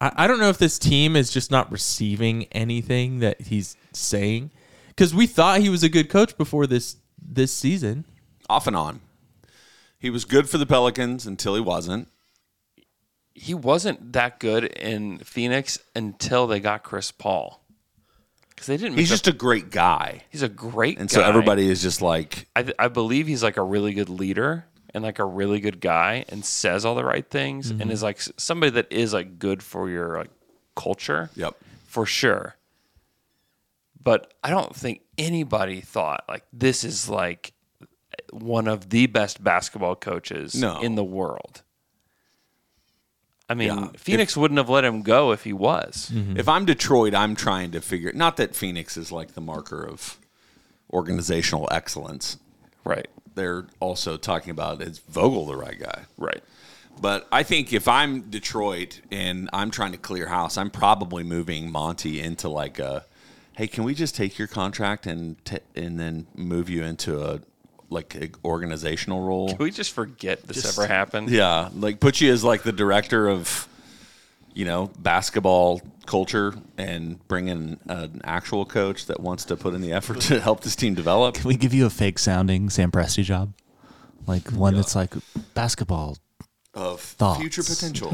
I, I don't know if this team is just not receiving anything that he's saying, because we thought he was a good coach before this this season. Off and on. He was good for the Pelicans until he wasn't. Mm-hmm. he wasn't that good in Phoenix until they got Chris Paul. Because they didn't. He's make just a great guy. He's a great And so guy. everybody is just like, I, th- I believe he's like a really good leader and like a really good guy and says all the right things and Mhm. is like s- somebody that is like good for your like culture. Yep. For sure. But I don't think anybody thought like this is like one of the best basketball coaches No. in the world. I mean, Yeah. Phoenix wouldn't have let him go if he was. Mm-hmm. Mm-hmm. If I'm Detroit, I'm trying to figure. Not that Phoenix is like the marker of, organizational excellence. Right. They're also talking about is Vogel the right guy? Right. But I think if I'm Detroit and I'm trying to clear house, I'm probably moving Monty into like a, hey, can we just take your contract and t- and then move you into a like a organizational role? Can we just forget this Just- ever happened? Yeah, like put you as like the director of, you know, basketball culture, and bring in an actual coach that wants to put in the effort to help this team develop. Can we give you a fake sounding Sam Presti job? Like one that's like basketball Of thoughts. future potential.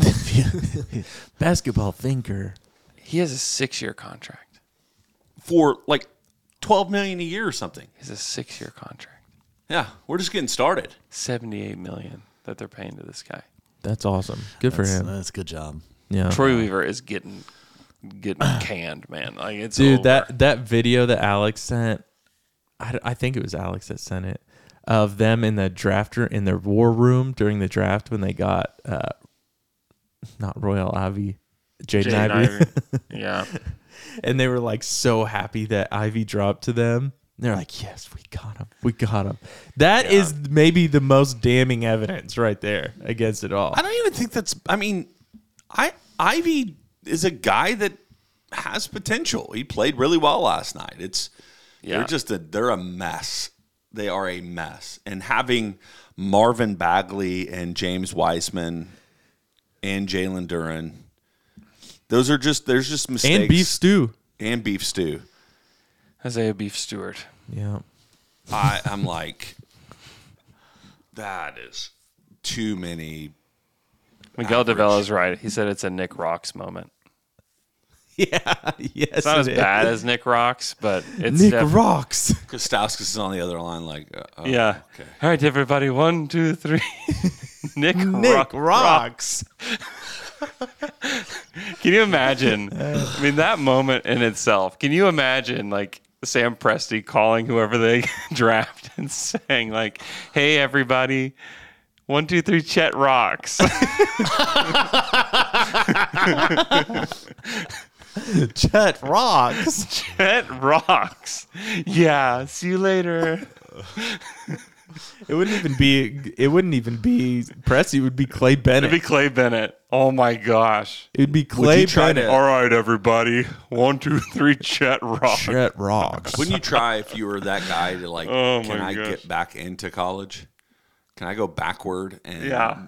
basketball thinker. He has a six-year contract for like twelve million a year or something. It's a six-year contract. Yeah, we're just getting started. Seventy-eight million that they're paying to this guy. That's awesome. Good for That's- him. that's a good job. Yeah. Troy Weaver is getting getting canned, man. Like it's dude over. that that video that alex sent I, I think it was alex that sent it of them in the drafter in their war room during the draft when they got uh not royal ivy jaden Jaden ivy Ivey. Yeah. and they were like so happy that ivy dropped to them And they're like yes we got him we got him That is maybe the most damning evidence right there against it all I don't even think that's. I mean, I Ivy is a guy that has potential. He played really well last night. It's Yeah. they're just a they're a mess. They are a mess. And having Marvin Bagley and James Wiseman and Jalen Duran, those are just there's just mistakes beef stew and beef stew. Isaiah Beef Stewart. yeah I, I'm like, that is too many. Miguel Devella's right. He said it's a Nick Rocks moment. Yeah. Yes. It's not it as is. bad as Nick Rocks, but it's Nick def- Rocks. Kostauskas is on the other line, like, uh, oh, yeah. All right, everybody. One, two, three. Nick, Nick Rock- Rocks. Can you imagine? I mean, that moment in itself. Can you imagine, like Sam Presti calling whoever they draft and saying, like, "Hey, everybody, one, two, three, Chet Rocks." Chet rocks. Chet rocks. Yeah. See you later. It wouldn't even be. It wouldn't even be Pressy. It would be Clay Bennett. It'd be Clay Bennett. Oh my gosh. It'd be Clay Bennett. All right, everybody. One, two, three, Chet Rocks. Chet Rocks. Wouldn't you try if you were that guy to like? Oh, can my I gosh. get back into college? Can I go backward and Yeah.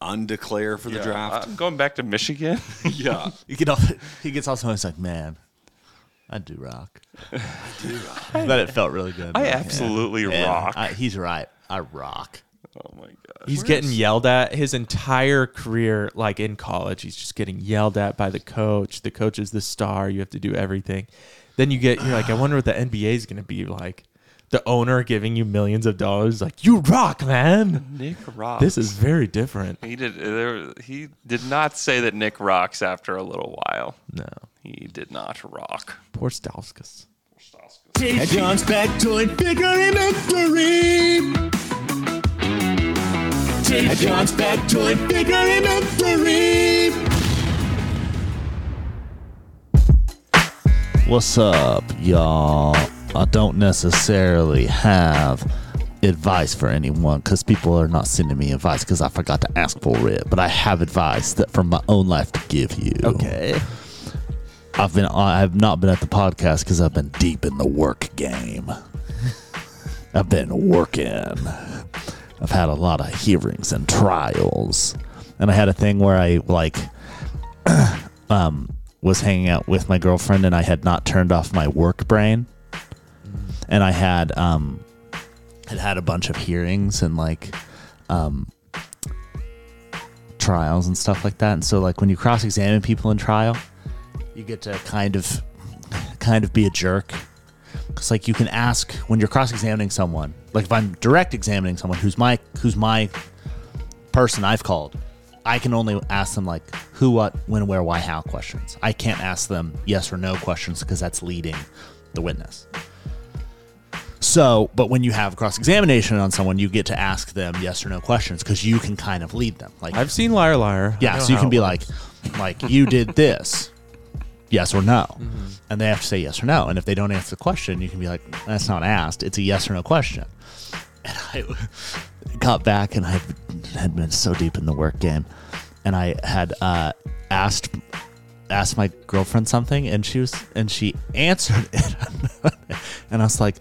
undeclare for the draft? I'm going back to Michigan. yeah. You get all, he gets also he's like, man, I do rock. I do rock. But it felt really good. I absolutely rock. I- he's right. I rock. Oh my god. He's getting yelled at his entire career, like in college. He's just getting yelled at by the coach. The coach is the star. You have to do everything. Then you get, you're like, I wonder what the NBA is going to be like. The owner giving you millions of dollars, is like, you rock, man. Nick Rocks. This is very different. He did. There, he did not say that Nick rocks after a little while. No, he did not rock. Poor Stauskas. John's back toy bigger in every. Take John's back toy bigger in every. What's up, y'all? I don't necessarily have advice for anyone because people are not sending me advice because I forgot to ask for it. But I have advice that from my own life to give you. Okay. I've been I've not been at the podcast because I've been deep in the work game. I've been working. I've had a lot of hearings and trials, and I had a thing where I like um, was hanging out with my girlfriend and I had not turned off my work brain, and I had um, had had a bunch of hearings and like um, trials and stuff like that. And so like when you cross examine people in trial, you get to kind of kind of be a jerk because like you can ask when you're cross examining someone. Like if I'm direct examining someone who's my who's my person I've called, I can only ask them like who, what, when, where, why, how questions. I can't ask them yes or no questions because that's leading the witness. So, but when you have cross examination on someone, you get to ask them yes or no questions because you can kind of lead them. Like I've seen Liar Liar. I yeah, know so you how can it be works. like, like you did this, yes or no. And they have to say yes or no. And if they don't answer the question, you can be like, that's not asked. It's a yes or no question. And I got back and I had been so deep in the work game. And I had uh, asked asked my girlfriend something and she was and she answered it. and I was like,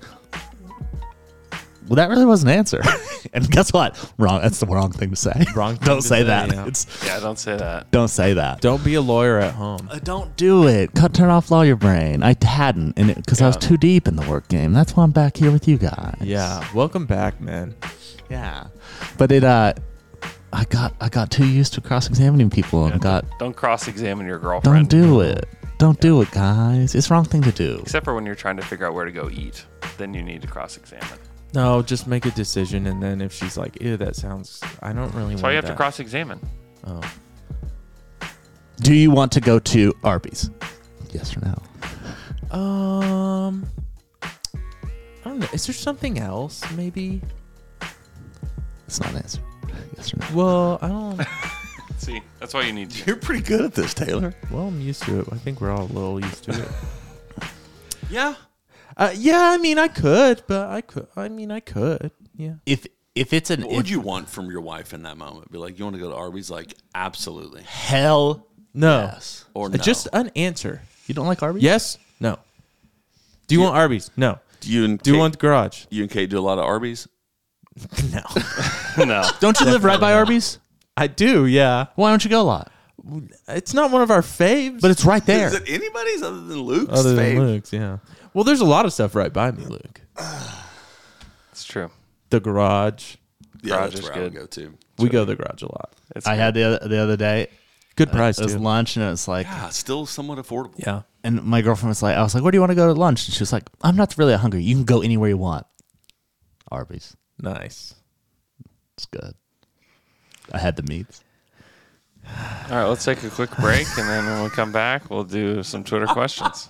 well, that really was an answer. and guess what? Wrong. That's the wrong thing to say. Wrong. Don't say that. It's yeah, don't say that. don't say that. Don't be a lawyer at home. don't do it. Cut, turn off lawyer brain. I hadn't, and because I was too deep in the work game. That's why I'm back here with you guys. Yeah. Welcome back, man. Yeah. But it, uh, I got, I got too used to cross-examining people and got, Don't cross-examine your don't girlfriend. do it. Don't do it, guys. It's the wrong thing to do. Except for when you're trying to figure out where to go eat, then you need to cross-examine. No, just make a decision, and then if she's like, "Ew, that sounds," I don't really want. That's why you have to that. cross-examine. Oh. Do you want to go to Arby's? Yes or no? Um, I don't know. Is there something else? Maybe. It's not an answer. Yes or no? Well, I don't. See, that's why you need to. You're pretty good at this, Taylor. Well, I'm used to it. I think we're all a little used to it. yeah. Uh, yeah, I mean, I could, but I could. I mean, I could. Yeah. If if it's an What would you want from your wife in that moment? Be like, you want to go to Arby's? Like, absolutely. hell no, Or Uh, just an answer. You don't like Arby's? Yes. No. Do you want Arby's? No. Do you and Do you Kate- want the garage? You and Kate do a lot of Arby's. No. no. Don't you live right by Arby's? I do. Yeah. Why don't you go a lot? It's not one of our faves, But it's right there. Is it anybody's other than Luke's? other than fave? Luke's. Yeah. Well, there's a lot of stuff right by me, Luke. It's true. The garage. Yeah, Garage that's is where I would good. go to. We go to the garage a lot. It's I good. had the other, the other day. Good price It was too. lunch and uh, it's like, Yeah, it's Ah, still somewhat affordable. yeah. and my girlfriend was like, I was like, where do you want to go to lunch? And she was like, I'm not really hungry. You can go anywhere you want. Arby's. Nice. It's good. I had the meats. All right, let's take a quick break, and then when we come back, we'll do some Twitter questions.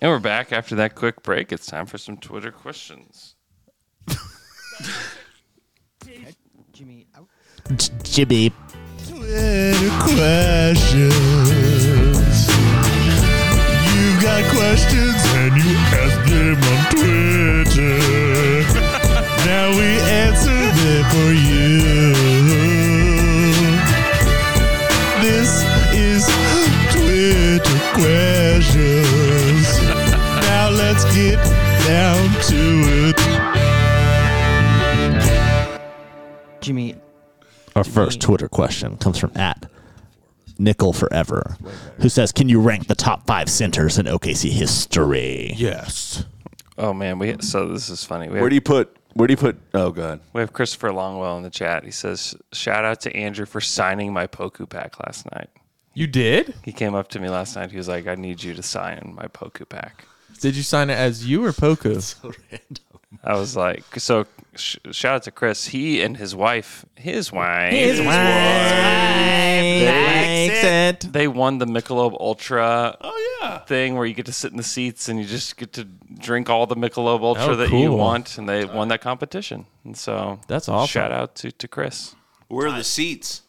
And we're back after that quick break. It's time for some Twitter questions. Jibby. Twitter questions. You got questions and you ask them on Twitter. for you. This is Twitter questions. now let's get down to it. Jimmy, Our first Twitter question comes from at Nickel Forever, who says, "Can you rank the top five centers in OKC history?" Yes. Oh man, we so this is funny. We Where do you put? Where do you put? Oh god. We have Christopher Longwell in the chat. He says, "Shout out to Andrew for signing my Poku pack last night." You did? He came up to me last night. He was like, "I need you to sign my Poku pack." Did you sign it as you or Poku? I was like, "So, sh- shout out to Chris. He and his wife, his wife, His wife they, likes it. They won the Michelob Ultra. Oh yeah, thing where you get to sit in the seats and you just get to drink all the Michelob Ultra Oh, that you cool. want, and they won that competition. And so That's awesome. Shout out to to Chris. Where are the seats?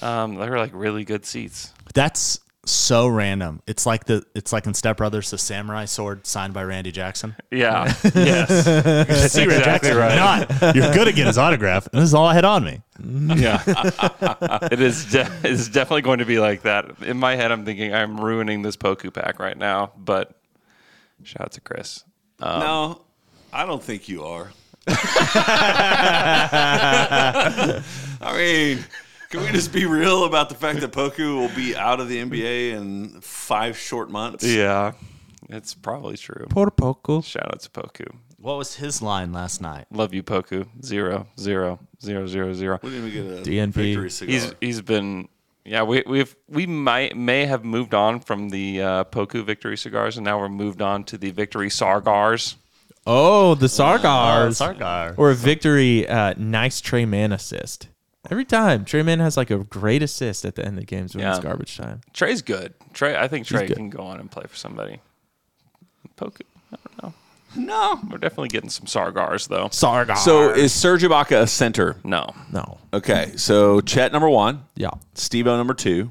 Um, they were like really good seats. That's so random. It's like the it's like in Step Brothers, the samurai sword signed by Randy Jackson. Yeah. Yes. That's That's Randy exactly Jackson. right. Not you're good at getting his autograph, and this is all I had on me. yeah, it is. De- it's definitely going to be like that. In my head, I'm thinking I'm ruining this Poku pack right now. But shout out to Chris. Um, no, I don't think you are. I mean, can we just be real about the fact that Poku will be out of the NBA in five short months? Yeah, it's probably true. Por Poku. Shout out to Poku. What was his line last night? Love you, Poku. Zero, zero, zero, zero, zero. We didn't even get a DNP. victory cigar. He's he's been. Yeah, we we've we might may have moved on from the uh, Poku victory cigars, and now we're moved on to the victory sargars. Oh, the Sargars. Oh, Sargar. Or a victory, uh, nice Trey Man assist. Every time, Trey Man has like a great assist at the end of games when it's Yeah. garbage time. Trey's good. Trey, I think He's Trey good. can go on and play for somebody. Poku, I don't know. No, we're definitely getting some Sargars though. Sargars. So is Serge Ibaka a center? No. No. Okay, so Chet number one. Yeah. Steve number two.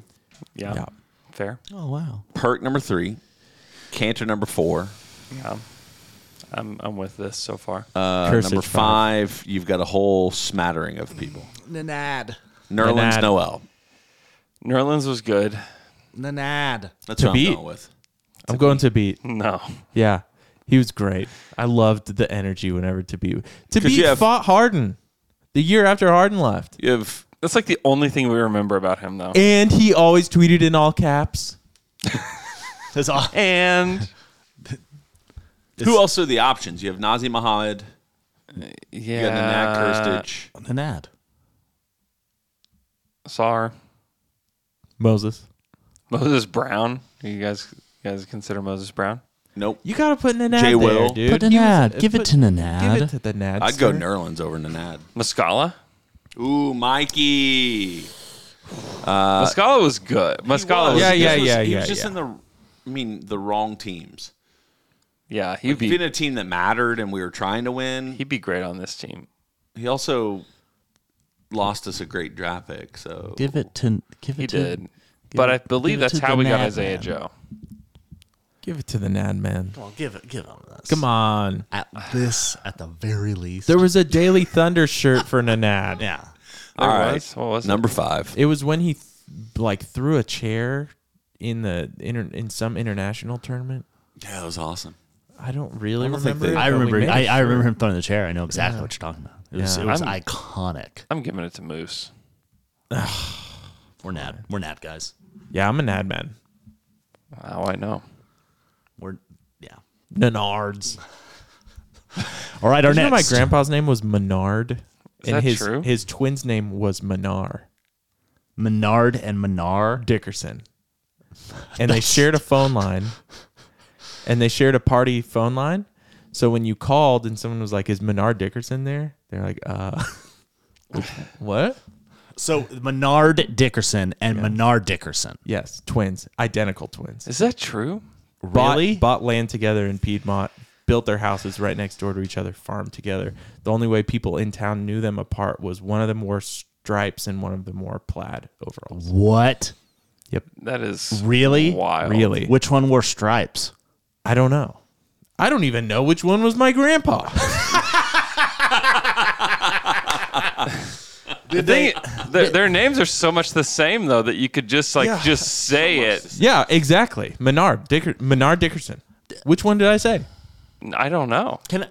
Yeah. Fair. Oh wow. Perk number three. Cantor number four. Yeah. I'm I'm with this so far. Uh, Cursive number five. five, you've got a whole smattering of people. Nanad. Nerlens Nanad. Noel. Nerlens was good. Nanad. That's what I'm going with. I'm going to beat. No. Yeah. He was great. I loved the energy whenever to beat. To 'Cause beat you have- fought Harden the year after Harden left. You have that's like the only thing we remember about him though. And he always tweeted in all caps. That's all. And Who else are the options? You have Nazi Muhammad. You got Nanad yeah. Kirstich. Nanad. Sar. Moses. Moses Brown. You guys you guys consider Moses Brown? Nope. You gotta put Nanad Jay there, Will. dude. Put He was- Nanad. Give it to Nanad. Give it to the Nad. I'd go sir. Nerlens over Nanad. Muscala? Ooh, Mikey. Uh, Muscala was good. Muscala was Yeah, good. yeah, He was- yeah, he He was was just just in in the, I mean, the wrong teams. Yeah, he'd he'd be- be in a team that mattered and we were trying to win. He'd be great on this team. He also lost us a great draft pick. So Give it to give it He to. did. give But I it- believe give it that's to how the we got Nad Isaiah man. Joe. Give it to the Nad man. Come on, give it, give him this. Come on. At this, at the very least, There was a Daily Thunder shirt for Nanad. Yeah. There All right. was? What was it? Number five. It was when he th- like threw a chair in the inter- in some international tournament. Yeah, that was awesome. I don't really I don't think remember. they- it, I but we remember- made I- it I sure. remember him throwing the chair. I know exactly what you're talking about. It was- it was iconic. I'm giving it to Moose. We're Nad. We're Nad guys. Yeah, I'm a Nad man. Oh, I know. We're Nanards. All right, our Did you know next. my grandpa's name was Menard, Is that his true? his twin's name was Menar. Menard and Menard Dickerson, and they shared a phone line, and they shared a party phone line. So when you called and someone was like, "Is Menard Dickerson there?" They're like, "Uh, what?" So Menard Dickerson and Menard Dickerson. Yes, twins, identical twins. Is that true? Really? Bought, bought land together in Piedmont, built their houses right next door to each other, farmed together. The only way people in town knew them apart was one of them wore stripes and one of them wore plaid overalls. What? Yep. That is Really? wild. Really? Which one wore stripes? I don't know. I don't even know which one was my grandpa. The thing, their, their names are so much the same though that you could just like Yeah. just say it. Yeah, exactly. Menard, Dicker, Menard Dickerson. Which one did I say? I don't know. Can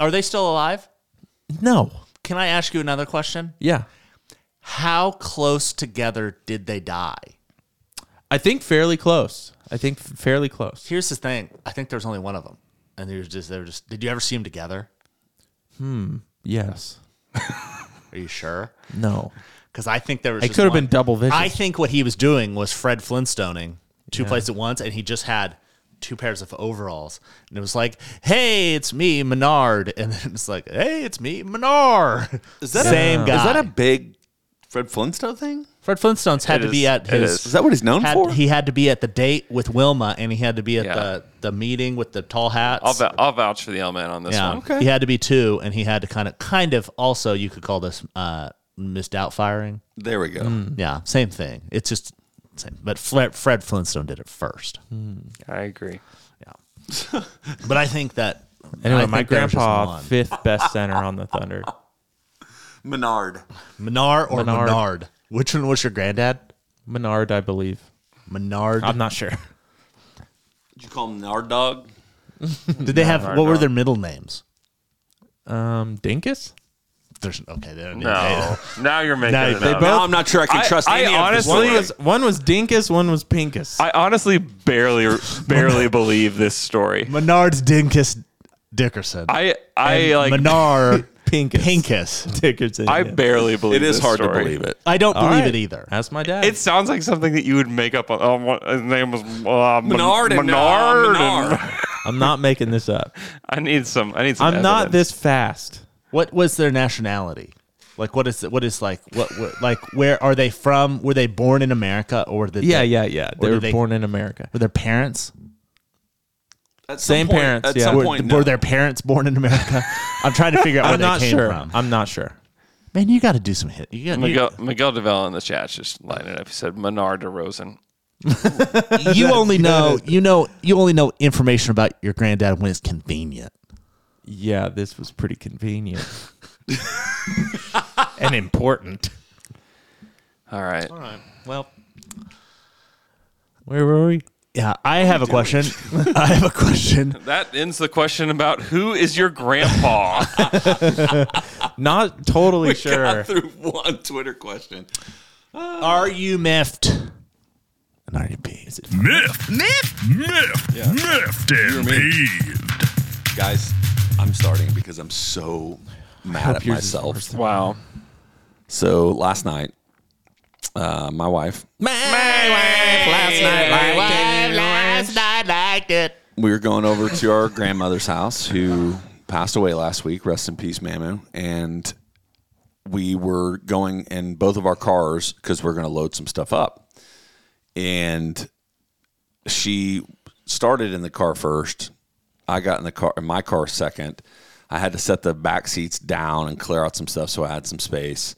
are they still alive? No. Can I ask you another question? Yeah. How close together did they die? I think fairly close. I think f- fairly close. Here's the thing. I think there was only one of them, and there's just they were just. Did you ever see them together? Hmm. Yes. Are you sure? No. Because I think there was. It just could have one. been double vision. I think what he was doing was Fred Flintstoning two Yeah. places at once, and he just had two pairs of overalls, and it was like, "Hey, it's me, Menard," and then it's like, "Hey, it's me, Menard." Is that same a, guy? Is that a big Fred Flintstone thing? Fred Flintstones had It to be is. at It his. is. Is that what he's known had- for? He had to be at the date with Wilma, and he had to be at the, the meeting with the tall hats. I'll, vou- I'll vouch for the L man on this one. He had to be two, and he had to kind of, kind of. Also, you could call this uh, misdoubtfiring. There we go. Mm. Mm-hmm. Yeah, same thing. It's just same. But Fred, Fred Flintstone did it first. Mm-hmm. I agree. Yeah. but I think that. Anyway, I my think there was just grandpa, one. fifth best center on the Thunder. Menard. Menard or Menard. Menard. Which one was your granddad? Menard, I believe. Menard. I'm not sure. Did you call him Nard Dog? Did they have what were their middle names? Um, Dinkus. There's okay. They don't need No, now you're making Now it you- they up. both- Now I'm not sure I can trust I any of this honestly, one was- one was Dinkus, one was Pinkus. I honestly barely barely believe this story. Menard's Dinkus Dickerson. I I like Menard Pinkus. Pinkus Dickerson. I barely believe It is this hard to story. believe it. I don't All believe right. it either. Ask my dad. It sounds like something that you would make up. On, oh, what- his name was uh, Men- Menard and, uh, Menard Menard. and- I'm not making this up. I need some. I need some. I'm not evidence. this fast. What was their nationality? Like what is what is like what, what like where are they from? Were they born in America or did Yeah, they, yeah, yeah. or They were did born in America. Were their parents? At some Same point- parents. At yeah. some were, point, were their parents born in America? I'm trying to figure out where I'm they not came sure. from. I'm not sure. Man, you got to do some hit. You got Miguel, Miguel Devel in the chat just lined it up. He said Menard DeRozan. you only know you know you only know information about your granddad when it's convenient. Yeah, this was pretty convenient and important. All right. All right. Well, where were we? Yeah, I have a question. I have a question. That ends the question about who is your grandpa. Not totally we sure. got through one Twitter question. Are you miffed? An RDP. Is it Miff. Miff. Miff. Yeah. Miffed You and and me. peeved. Guys, I'm starting because I'm so mad hope at yours is worse myself. than Wow. So last night, uh, my wife, last night last night liked it. we were going over to our grandmother's house who passed away last week. Rest in peace, Mamu. And we were going in both of our cars because we're going to load some stuff up. And she started in the car first. I got in the car in my car second. I had to set the back seats down and clear out some stuff so I had some space.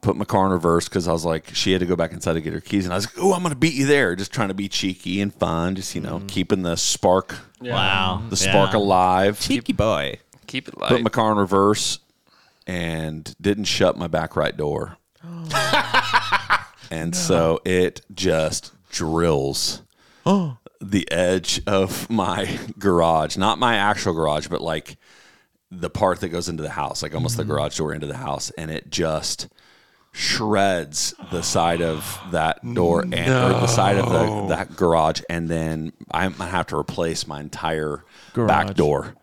Put my car in reverse because I was like, she had to go back inside to get her keys, and I was like, "Oh, I'm gonna beat you there!" Just trying to be cheeky and fun, just you know, keeping the spark, Yeah. Wow. the spark Yeah. alive. Cheeky boy. Keep it Put light. my car in reverse and didn't shut my back right door. and so it just drills Oh. the edge of my garage, not my actual garage, but like the part that goes into the house, like almost the garage door into the house. And it just shreds the side of that door and or the side of No. the, that garage. And then I'm going to have to replace my entire Garage. back door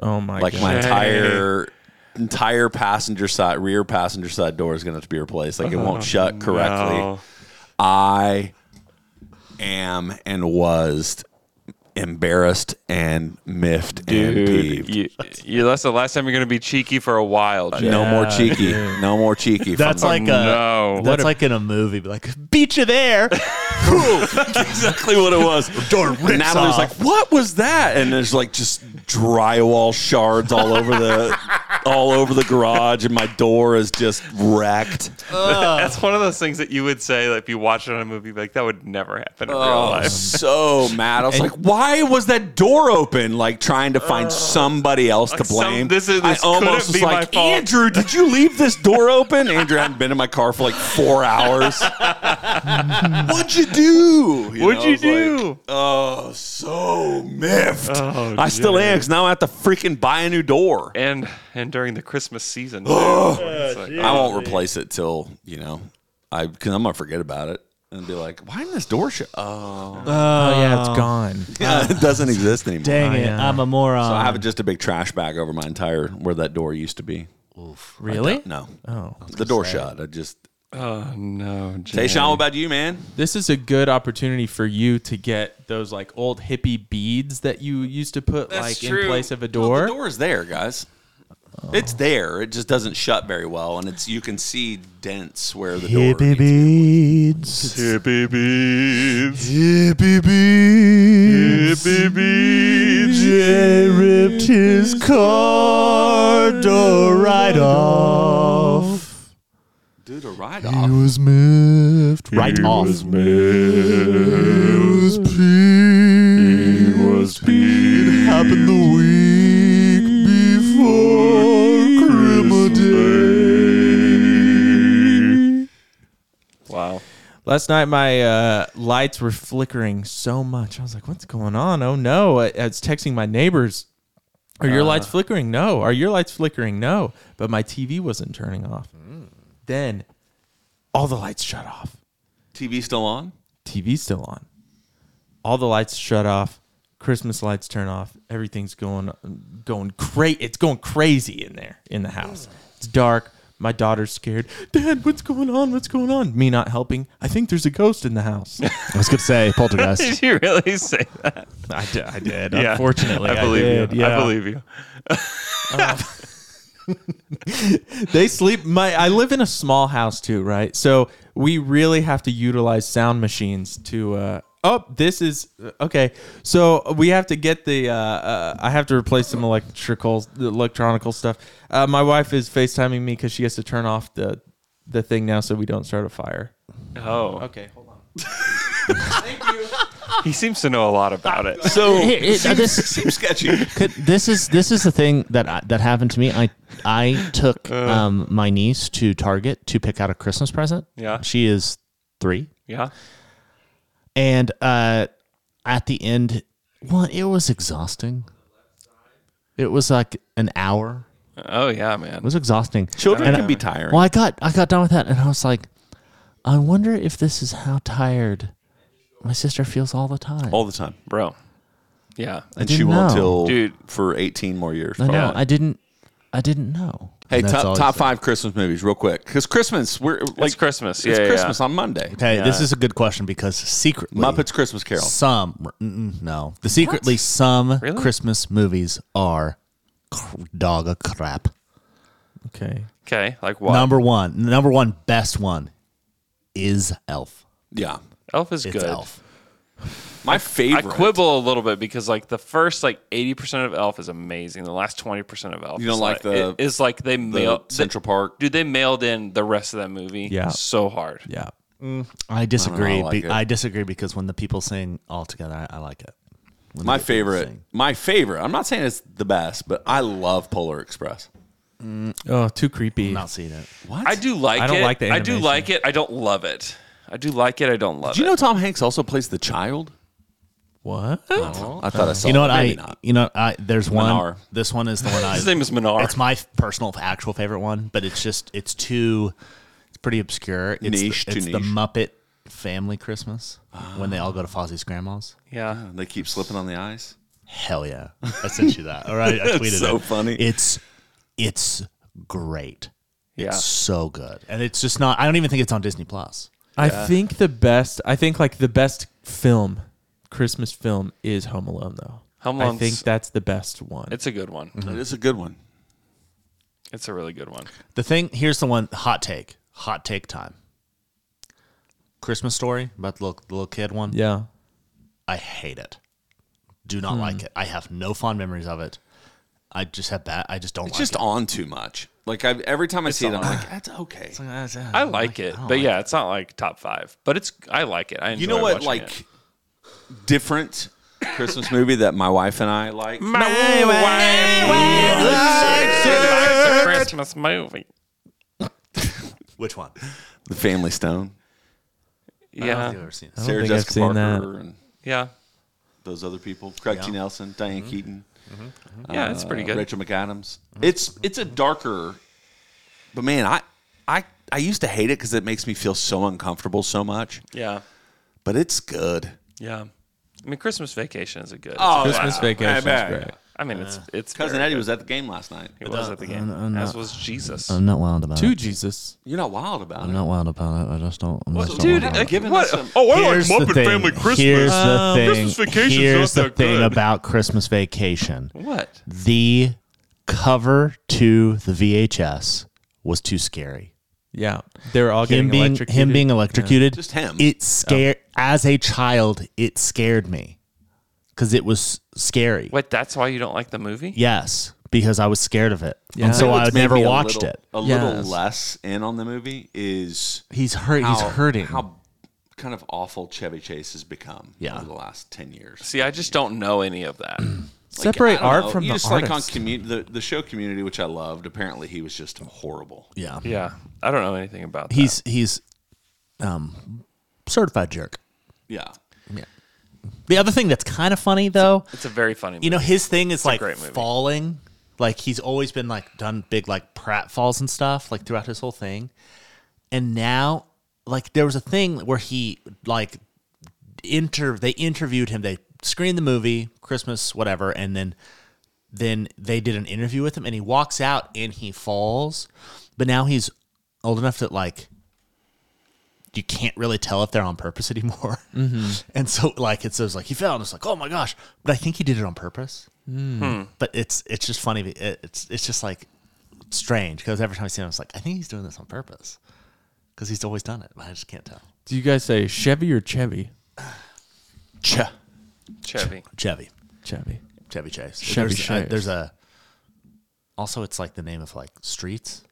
Oh my! like God. my entire entire passenger side rear passenger side door is going to have to be replaced like it Oh, Uh-huh. won't shut correctly no. i am and was embarrassed and miffed and Dude, peeved you, you, that's the last time you're going to be cheeky for a while. Jeff. no more cheeky no more cheeky from That's me. like a No. that's like in a movie, be like beat you there. exactly what it was Door rips Natalie was off. like, "What was that?" And there's like just drywall shards all over the all over the garage, and my door is just wrecked. That's one of those things that you would say like, if you watch it on a movie, like that would never happen in real Oh, life. so mad. I was like, why was that door open? Like trying to find somebody else to some- blame. this is- this I almost couldn't was be my like, fault. Andrew, did you leave this door open? Andrew hadn't been in my car for like four hours. What'd you do? What'd I you was like, do? oh, so miffed. Oh, I still yeah. am because now I have to freaking buy a new door. And and during the Christmas season, too. Ugh. It's like, I won't replace it till you know, I because I'm gonna forget about it and be like, why didn't this door shut? Oh, Oh, yeah, it's gone. Yeah, it doesn't exist anymore. Dang it, Yeah. Oh, I'm a moron. So I have just a big trash bag over my entire where that door used to be. Oof. Really? No. Oh. I was the gonna door say. shut. I just. Oh no, Tayshawn, what about you, man? This is a good opportunity for you to get those like old hippie beads that you used to put like in place of a No, door. the door is there, guys. Oh. It's there. It just doesn't shut very well, and it's you can see dents where the door. Hippie beads. Hippie beads. Hippie beads. Hippie beads. Jay ripped his car door right off. Dude, a ride He was miffed. Right off. He was peeved. He was peeved. It happened the week before Christmas Day. Wow. Last night, my uh, lights were flickering so much. I was like, what's going on? Oh, no. I, I was texting my neighbors, are your Uh. lights flickering? No. Are your lights flickering? No. But my TV wasn't turning off. Then all the lights shut off. TV still on? TV's still on. All the lights shut off. Christmas lights turn off. Everything's going going crazy. It's going crazy in there in the house. It's dark. My daughter's scared. Dad, what's going on? What's going on? Me not helping. I think there's a ghost in the house. I was going to say Did you really say that? I did. I did. Yeah, Unfortunately, I I believe did, you. yeah. I believe you. they sleep my I live in a small house too, right? So we really have to utilize sound machines to uh Oh, this is okay. So we have to get the. Uh, uh, I have to replace some electrical, the electronical stuff. Uh, my wife is facetiming me because she has to turn off the, the thing now so we don't start a fire. Oh. Okay, hold on. He seems to know a lot about it. So Here, here, seems, this- seems sketchy. Could, this is this is the thing that I, that happened to me. I I took Uh. um, my niece to Target to pick out a Christmas present. Yeah. she is three, Yeah. and uh, at the end, well, it was exhausting. It was like an hour. Oh yeah, man. It was exhausting. Children And can I- be tiring. Well, I got I got done with that, and I was like, I wonder if this is how tired my sister feels all the time. All the time. Bro. Yeah. I And she didn't will know. until Dude. for 18 more years. I know. probably. I didn't. I didn't know. Hey, And that's top, all I top said. five Christmas movies, real quick, because Christmas we're like Christmas. It's Yeah, yeah, Christmas yeah. on Monday. Hey, this is a good question because secretly Muppets Christmas Carol. Some mm-mm, no, the secretly some Christmas movies are cr- dog a crap. Okay. Okay. Like what? Number one, number one, best one is Elf. Yeah. Elf is It's good. Elf. My I favorite. quibble a little bit because like the first like eighty percent of Elf is amazing. The last twenty percent of Elf, You don't is like the- it- it's like they mailed Central Park. Dude, they mailed in the rest of that movie. Yeah. so hard. Yeah, I disagree. be- I, like it. disagree because when the people sing all together, I, I like it. When my the people favorite. sing. My favorite. I'm not saying it's the best, but I love Polar Express. Oh, too creepy. not seeing it. What? I do like. I don't it. like the I do animation. like it. I don't love it. I do like it. I don't love Do you it. know Tom Hanks also plays the child? What? I Uh, thought I saw. You know what that. I? Maybe not. You know I. There's one. Minar. This one is the one I. His name is Minar. It's my f- personal f- actual favorite one, but it's just it's too. It's pretty obscure. It's Niche, The, too it's the niche. Ah. Muppet Family Christmas when they all go to Fozzie's grandma's. Yeah, they keep slipping on the ice. Hell yeah! I sent you that. All right, I tweeted It's so it. funny. It's it's great. Yeah. It's so good, and it's just not. I don't even think it's on Disney Plus. I think the best. I think like the best film, Christmas film, is Home Alone though. Home I Alone's- think that's the best one. It's a good one. It is a good one. It's a really good one. The thing here's the one hot take. Hot take time. Christmas story about the little, the little kid one. Yeah. I hate it. Do not Hmm. Hmm. like it. I have no fond memories of it. I just have bad. I just don't. It's like just it. on too much. Like I, every time I see it, I'm like, that's okay. I like it, but yeah, it's not like top five, but it's I like it. I enjoy you know what? watching Like it. different Christmas movie that my wife and I like. It's a Christmas movie. Which one? The Family Stone. Yeah. I don't think I've ever seen that. I don't Sarah think I've Jessica seen Parker and Yeah. those other people, Craig T. Yeah. Mm-hmm. Nelson, Diane Keaton. Yeah, it's pretty good. Rachel McAdams. It's it's a darker, but man, I I I used to hate it because it makes me feel so uncomfortable so much. Yeah. but it's good. Yeah. I mean, Christmas Vacation is a good. Oh, it's a Christmas classic. Vacation's Yeah, man. great. I mean, it's it's Cousin very Eddie good. was at the game last night. He was at the game. I'm not- as was Jesus. uh, I'm not wild about To it. Jesus. You're not wild about I'm not wild about it. I just don't. I'm Well, just not dude, wild I- about it. given us some- Oh, I like Here's the Muppet thing. Family Christmas. Here's the Um, thing. Christmas Vacation's Here's not the that thing good. about Christmas Vacation. What? The cover to the VHS was too scary. Yeah, they were all him getting being electrocuted. him being Yeah. electrocuted. Just him. Oh. It scared as a child. It scared me because it was scary. Wait, that's why you don't like the movie? Yes, because I was scared of it, One and thing so I that's made never me a watched little- it. A little less in on the movie is He's hurt- he's Mm-hmm. hurting. How kind of awful Chevy Chase has become Yeah. over the last ten years. See, I just don't know any of that. Like, I Separate don't art know, from you the just like on artist. commu- the the show Community, which I loved. Apparently, he was just horrible. Yeah. Yeah. I don't know anything about that. He's he's um certified jerk. Yeah. Yeah. The other thing that's kind of funny though, It's a very funny. you know, movie. his thing is It's a like great movie. falling. Like he's always been like done big like pratfalls and stuff like throughout his whole thing, and now like there was a thing where he like inter they interviewed him they screened the movie Christmas whatever and then then they did an interview with him and he walks out and he falls, but now he's old enough that like you can't really tell if they're on purpose anymore. Mm-hmm. Mhm. And so like it's those like he fell and it's like oh my gosh, but I think he did it on purpose. Hmm. But it's it's just funny. It- It's it's just like strange because every time I see him, I was like I think he's doing this on purpose because he's always done it. But I just can't tell. Do you guys say Chevy or Chevy? Che. Chevy. Chevy. Chevy. Chevy Chase. Chevy there's, uh, Chase. there's a also it's like the name of like streets.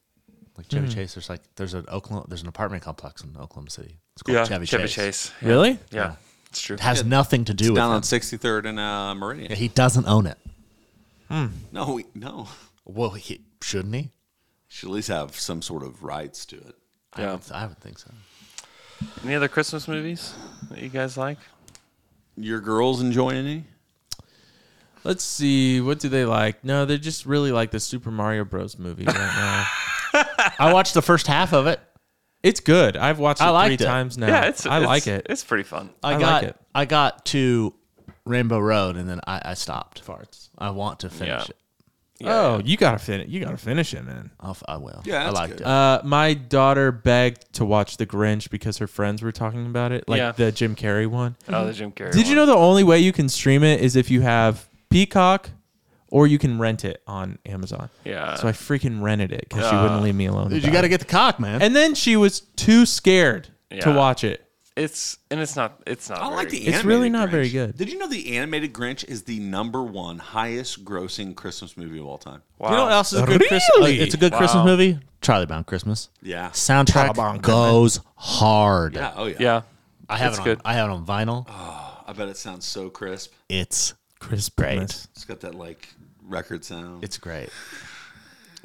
Like Chevy Mhm. Chase, there's like there's an Oklahoma, there's an apartment complex in Oklahoma City. It's called Yeah, Chevy, Chevy Chase. Chase. Yeah. Really? Yeah, it's true. It has Yeah. nothing to do It's with down him. on 63rd and uh, Meridian. Yeah, he doesn't own it. No, we, no. Well, he, shouldn't he? Should at least have some sort of rights to it. Yeah. would- I would think so. Any other Christmas movies that you guys like? Your girls enjoy any? Let's see. What do they like? No, they just really like the Super Mario Bros. movie right now. I watched the first half of it. It's good. I've watched I it liked three it. times now. Yeah, it's- I it's- like it. It's pretty fun. I, I got like it. I got to Rainbow Road and then I, I stopped. Farts. I want to finish Yeah. it. oh, you gotta finish. You gotta finish it, man. I'll f- I will. Yeah, I that's liked good. it. Uh, my daughter begged to watch The Grinch because her friends were talking about it, like Yeah. the Jim Carrey one. Oh, the Jim Carrey Did you know the only way you can stream it is if you have Peacock, or you can rent it on Amazon. Yeah. So I freaking rented it because she Yeah. wouldn't leave me alone. Dude, you about gotta it. get the cock, man. And then she was too scared to Yeah. watch it. It's and it's not. It's not. I like the It's animated really not Grinch. very good. Did you know the animated Grinch is the number one highest grossing Christmas movie of all time? You know what else is a good Christmas? uh, It's a good Christmas Wow. movie. Charlie Brown Christmas. Yeah. Charlie Soundtrack Brown goes hard. Yeah, oh yeah. Yeah. I have It's it on, good. I have it on vinyl. I bet it sounds so crisp. It's crisp. Great. It's got that like record sound. It's great.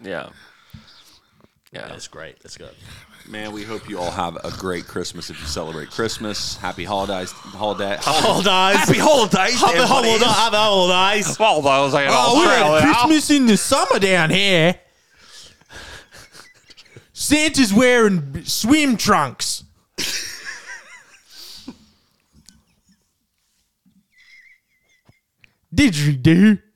Yeah. Yeah. It's great. It's good. Man, we hope you all have a great Christmas if you celebrate Christmas. Happy holidays. Holiday. Holidays. Happy holidays. Happy everybody. holidays. Happy holidays. Holidays. Oh, in the summer down here. Santa's wearing swim trunks. Didgeridoo.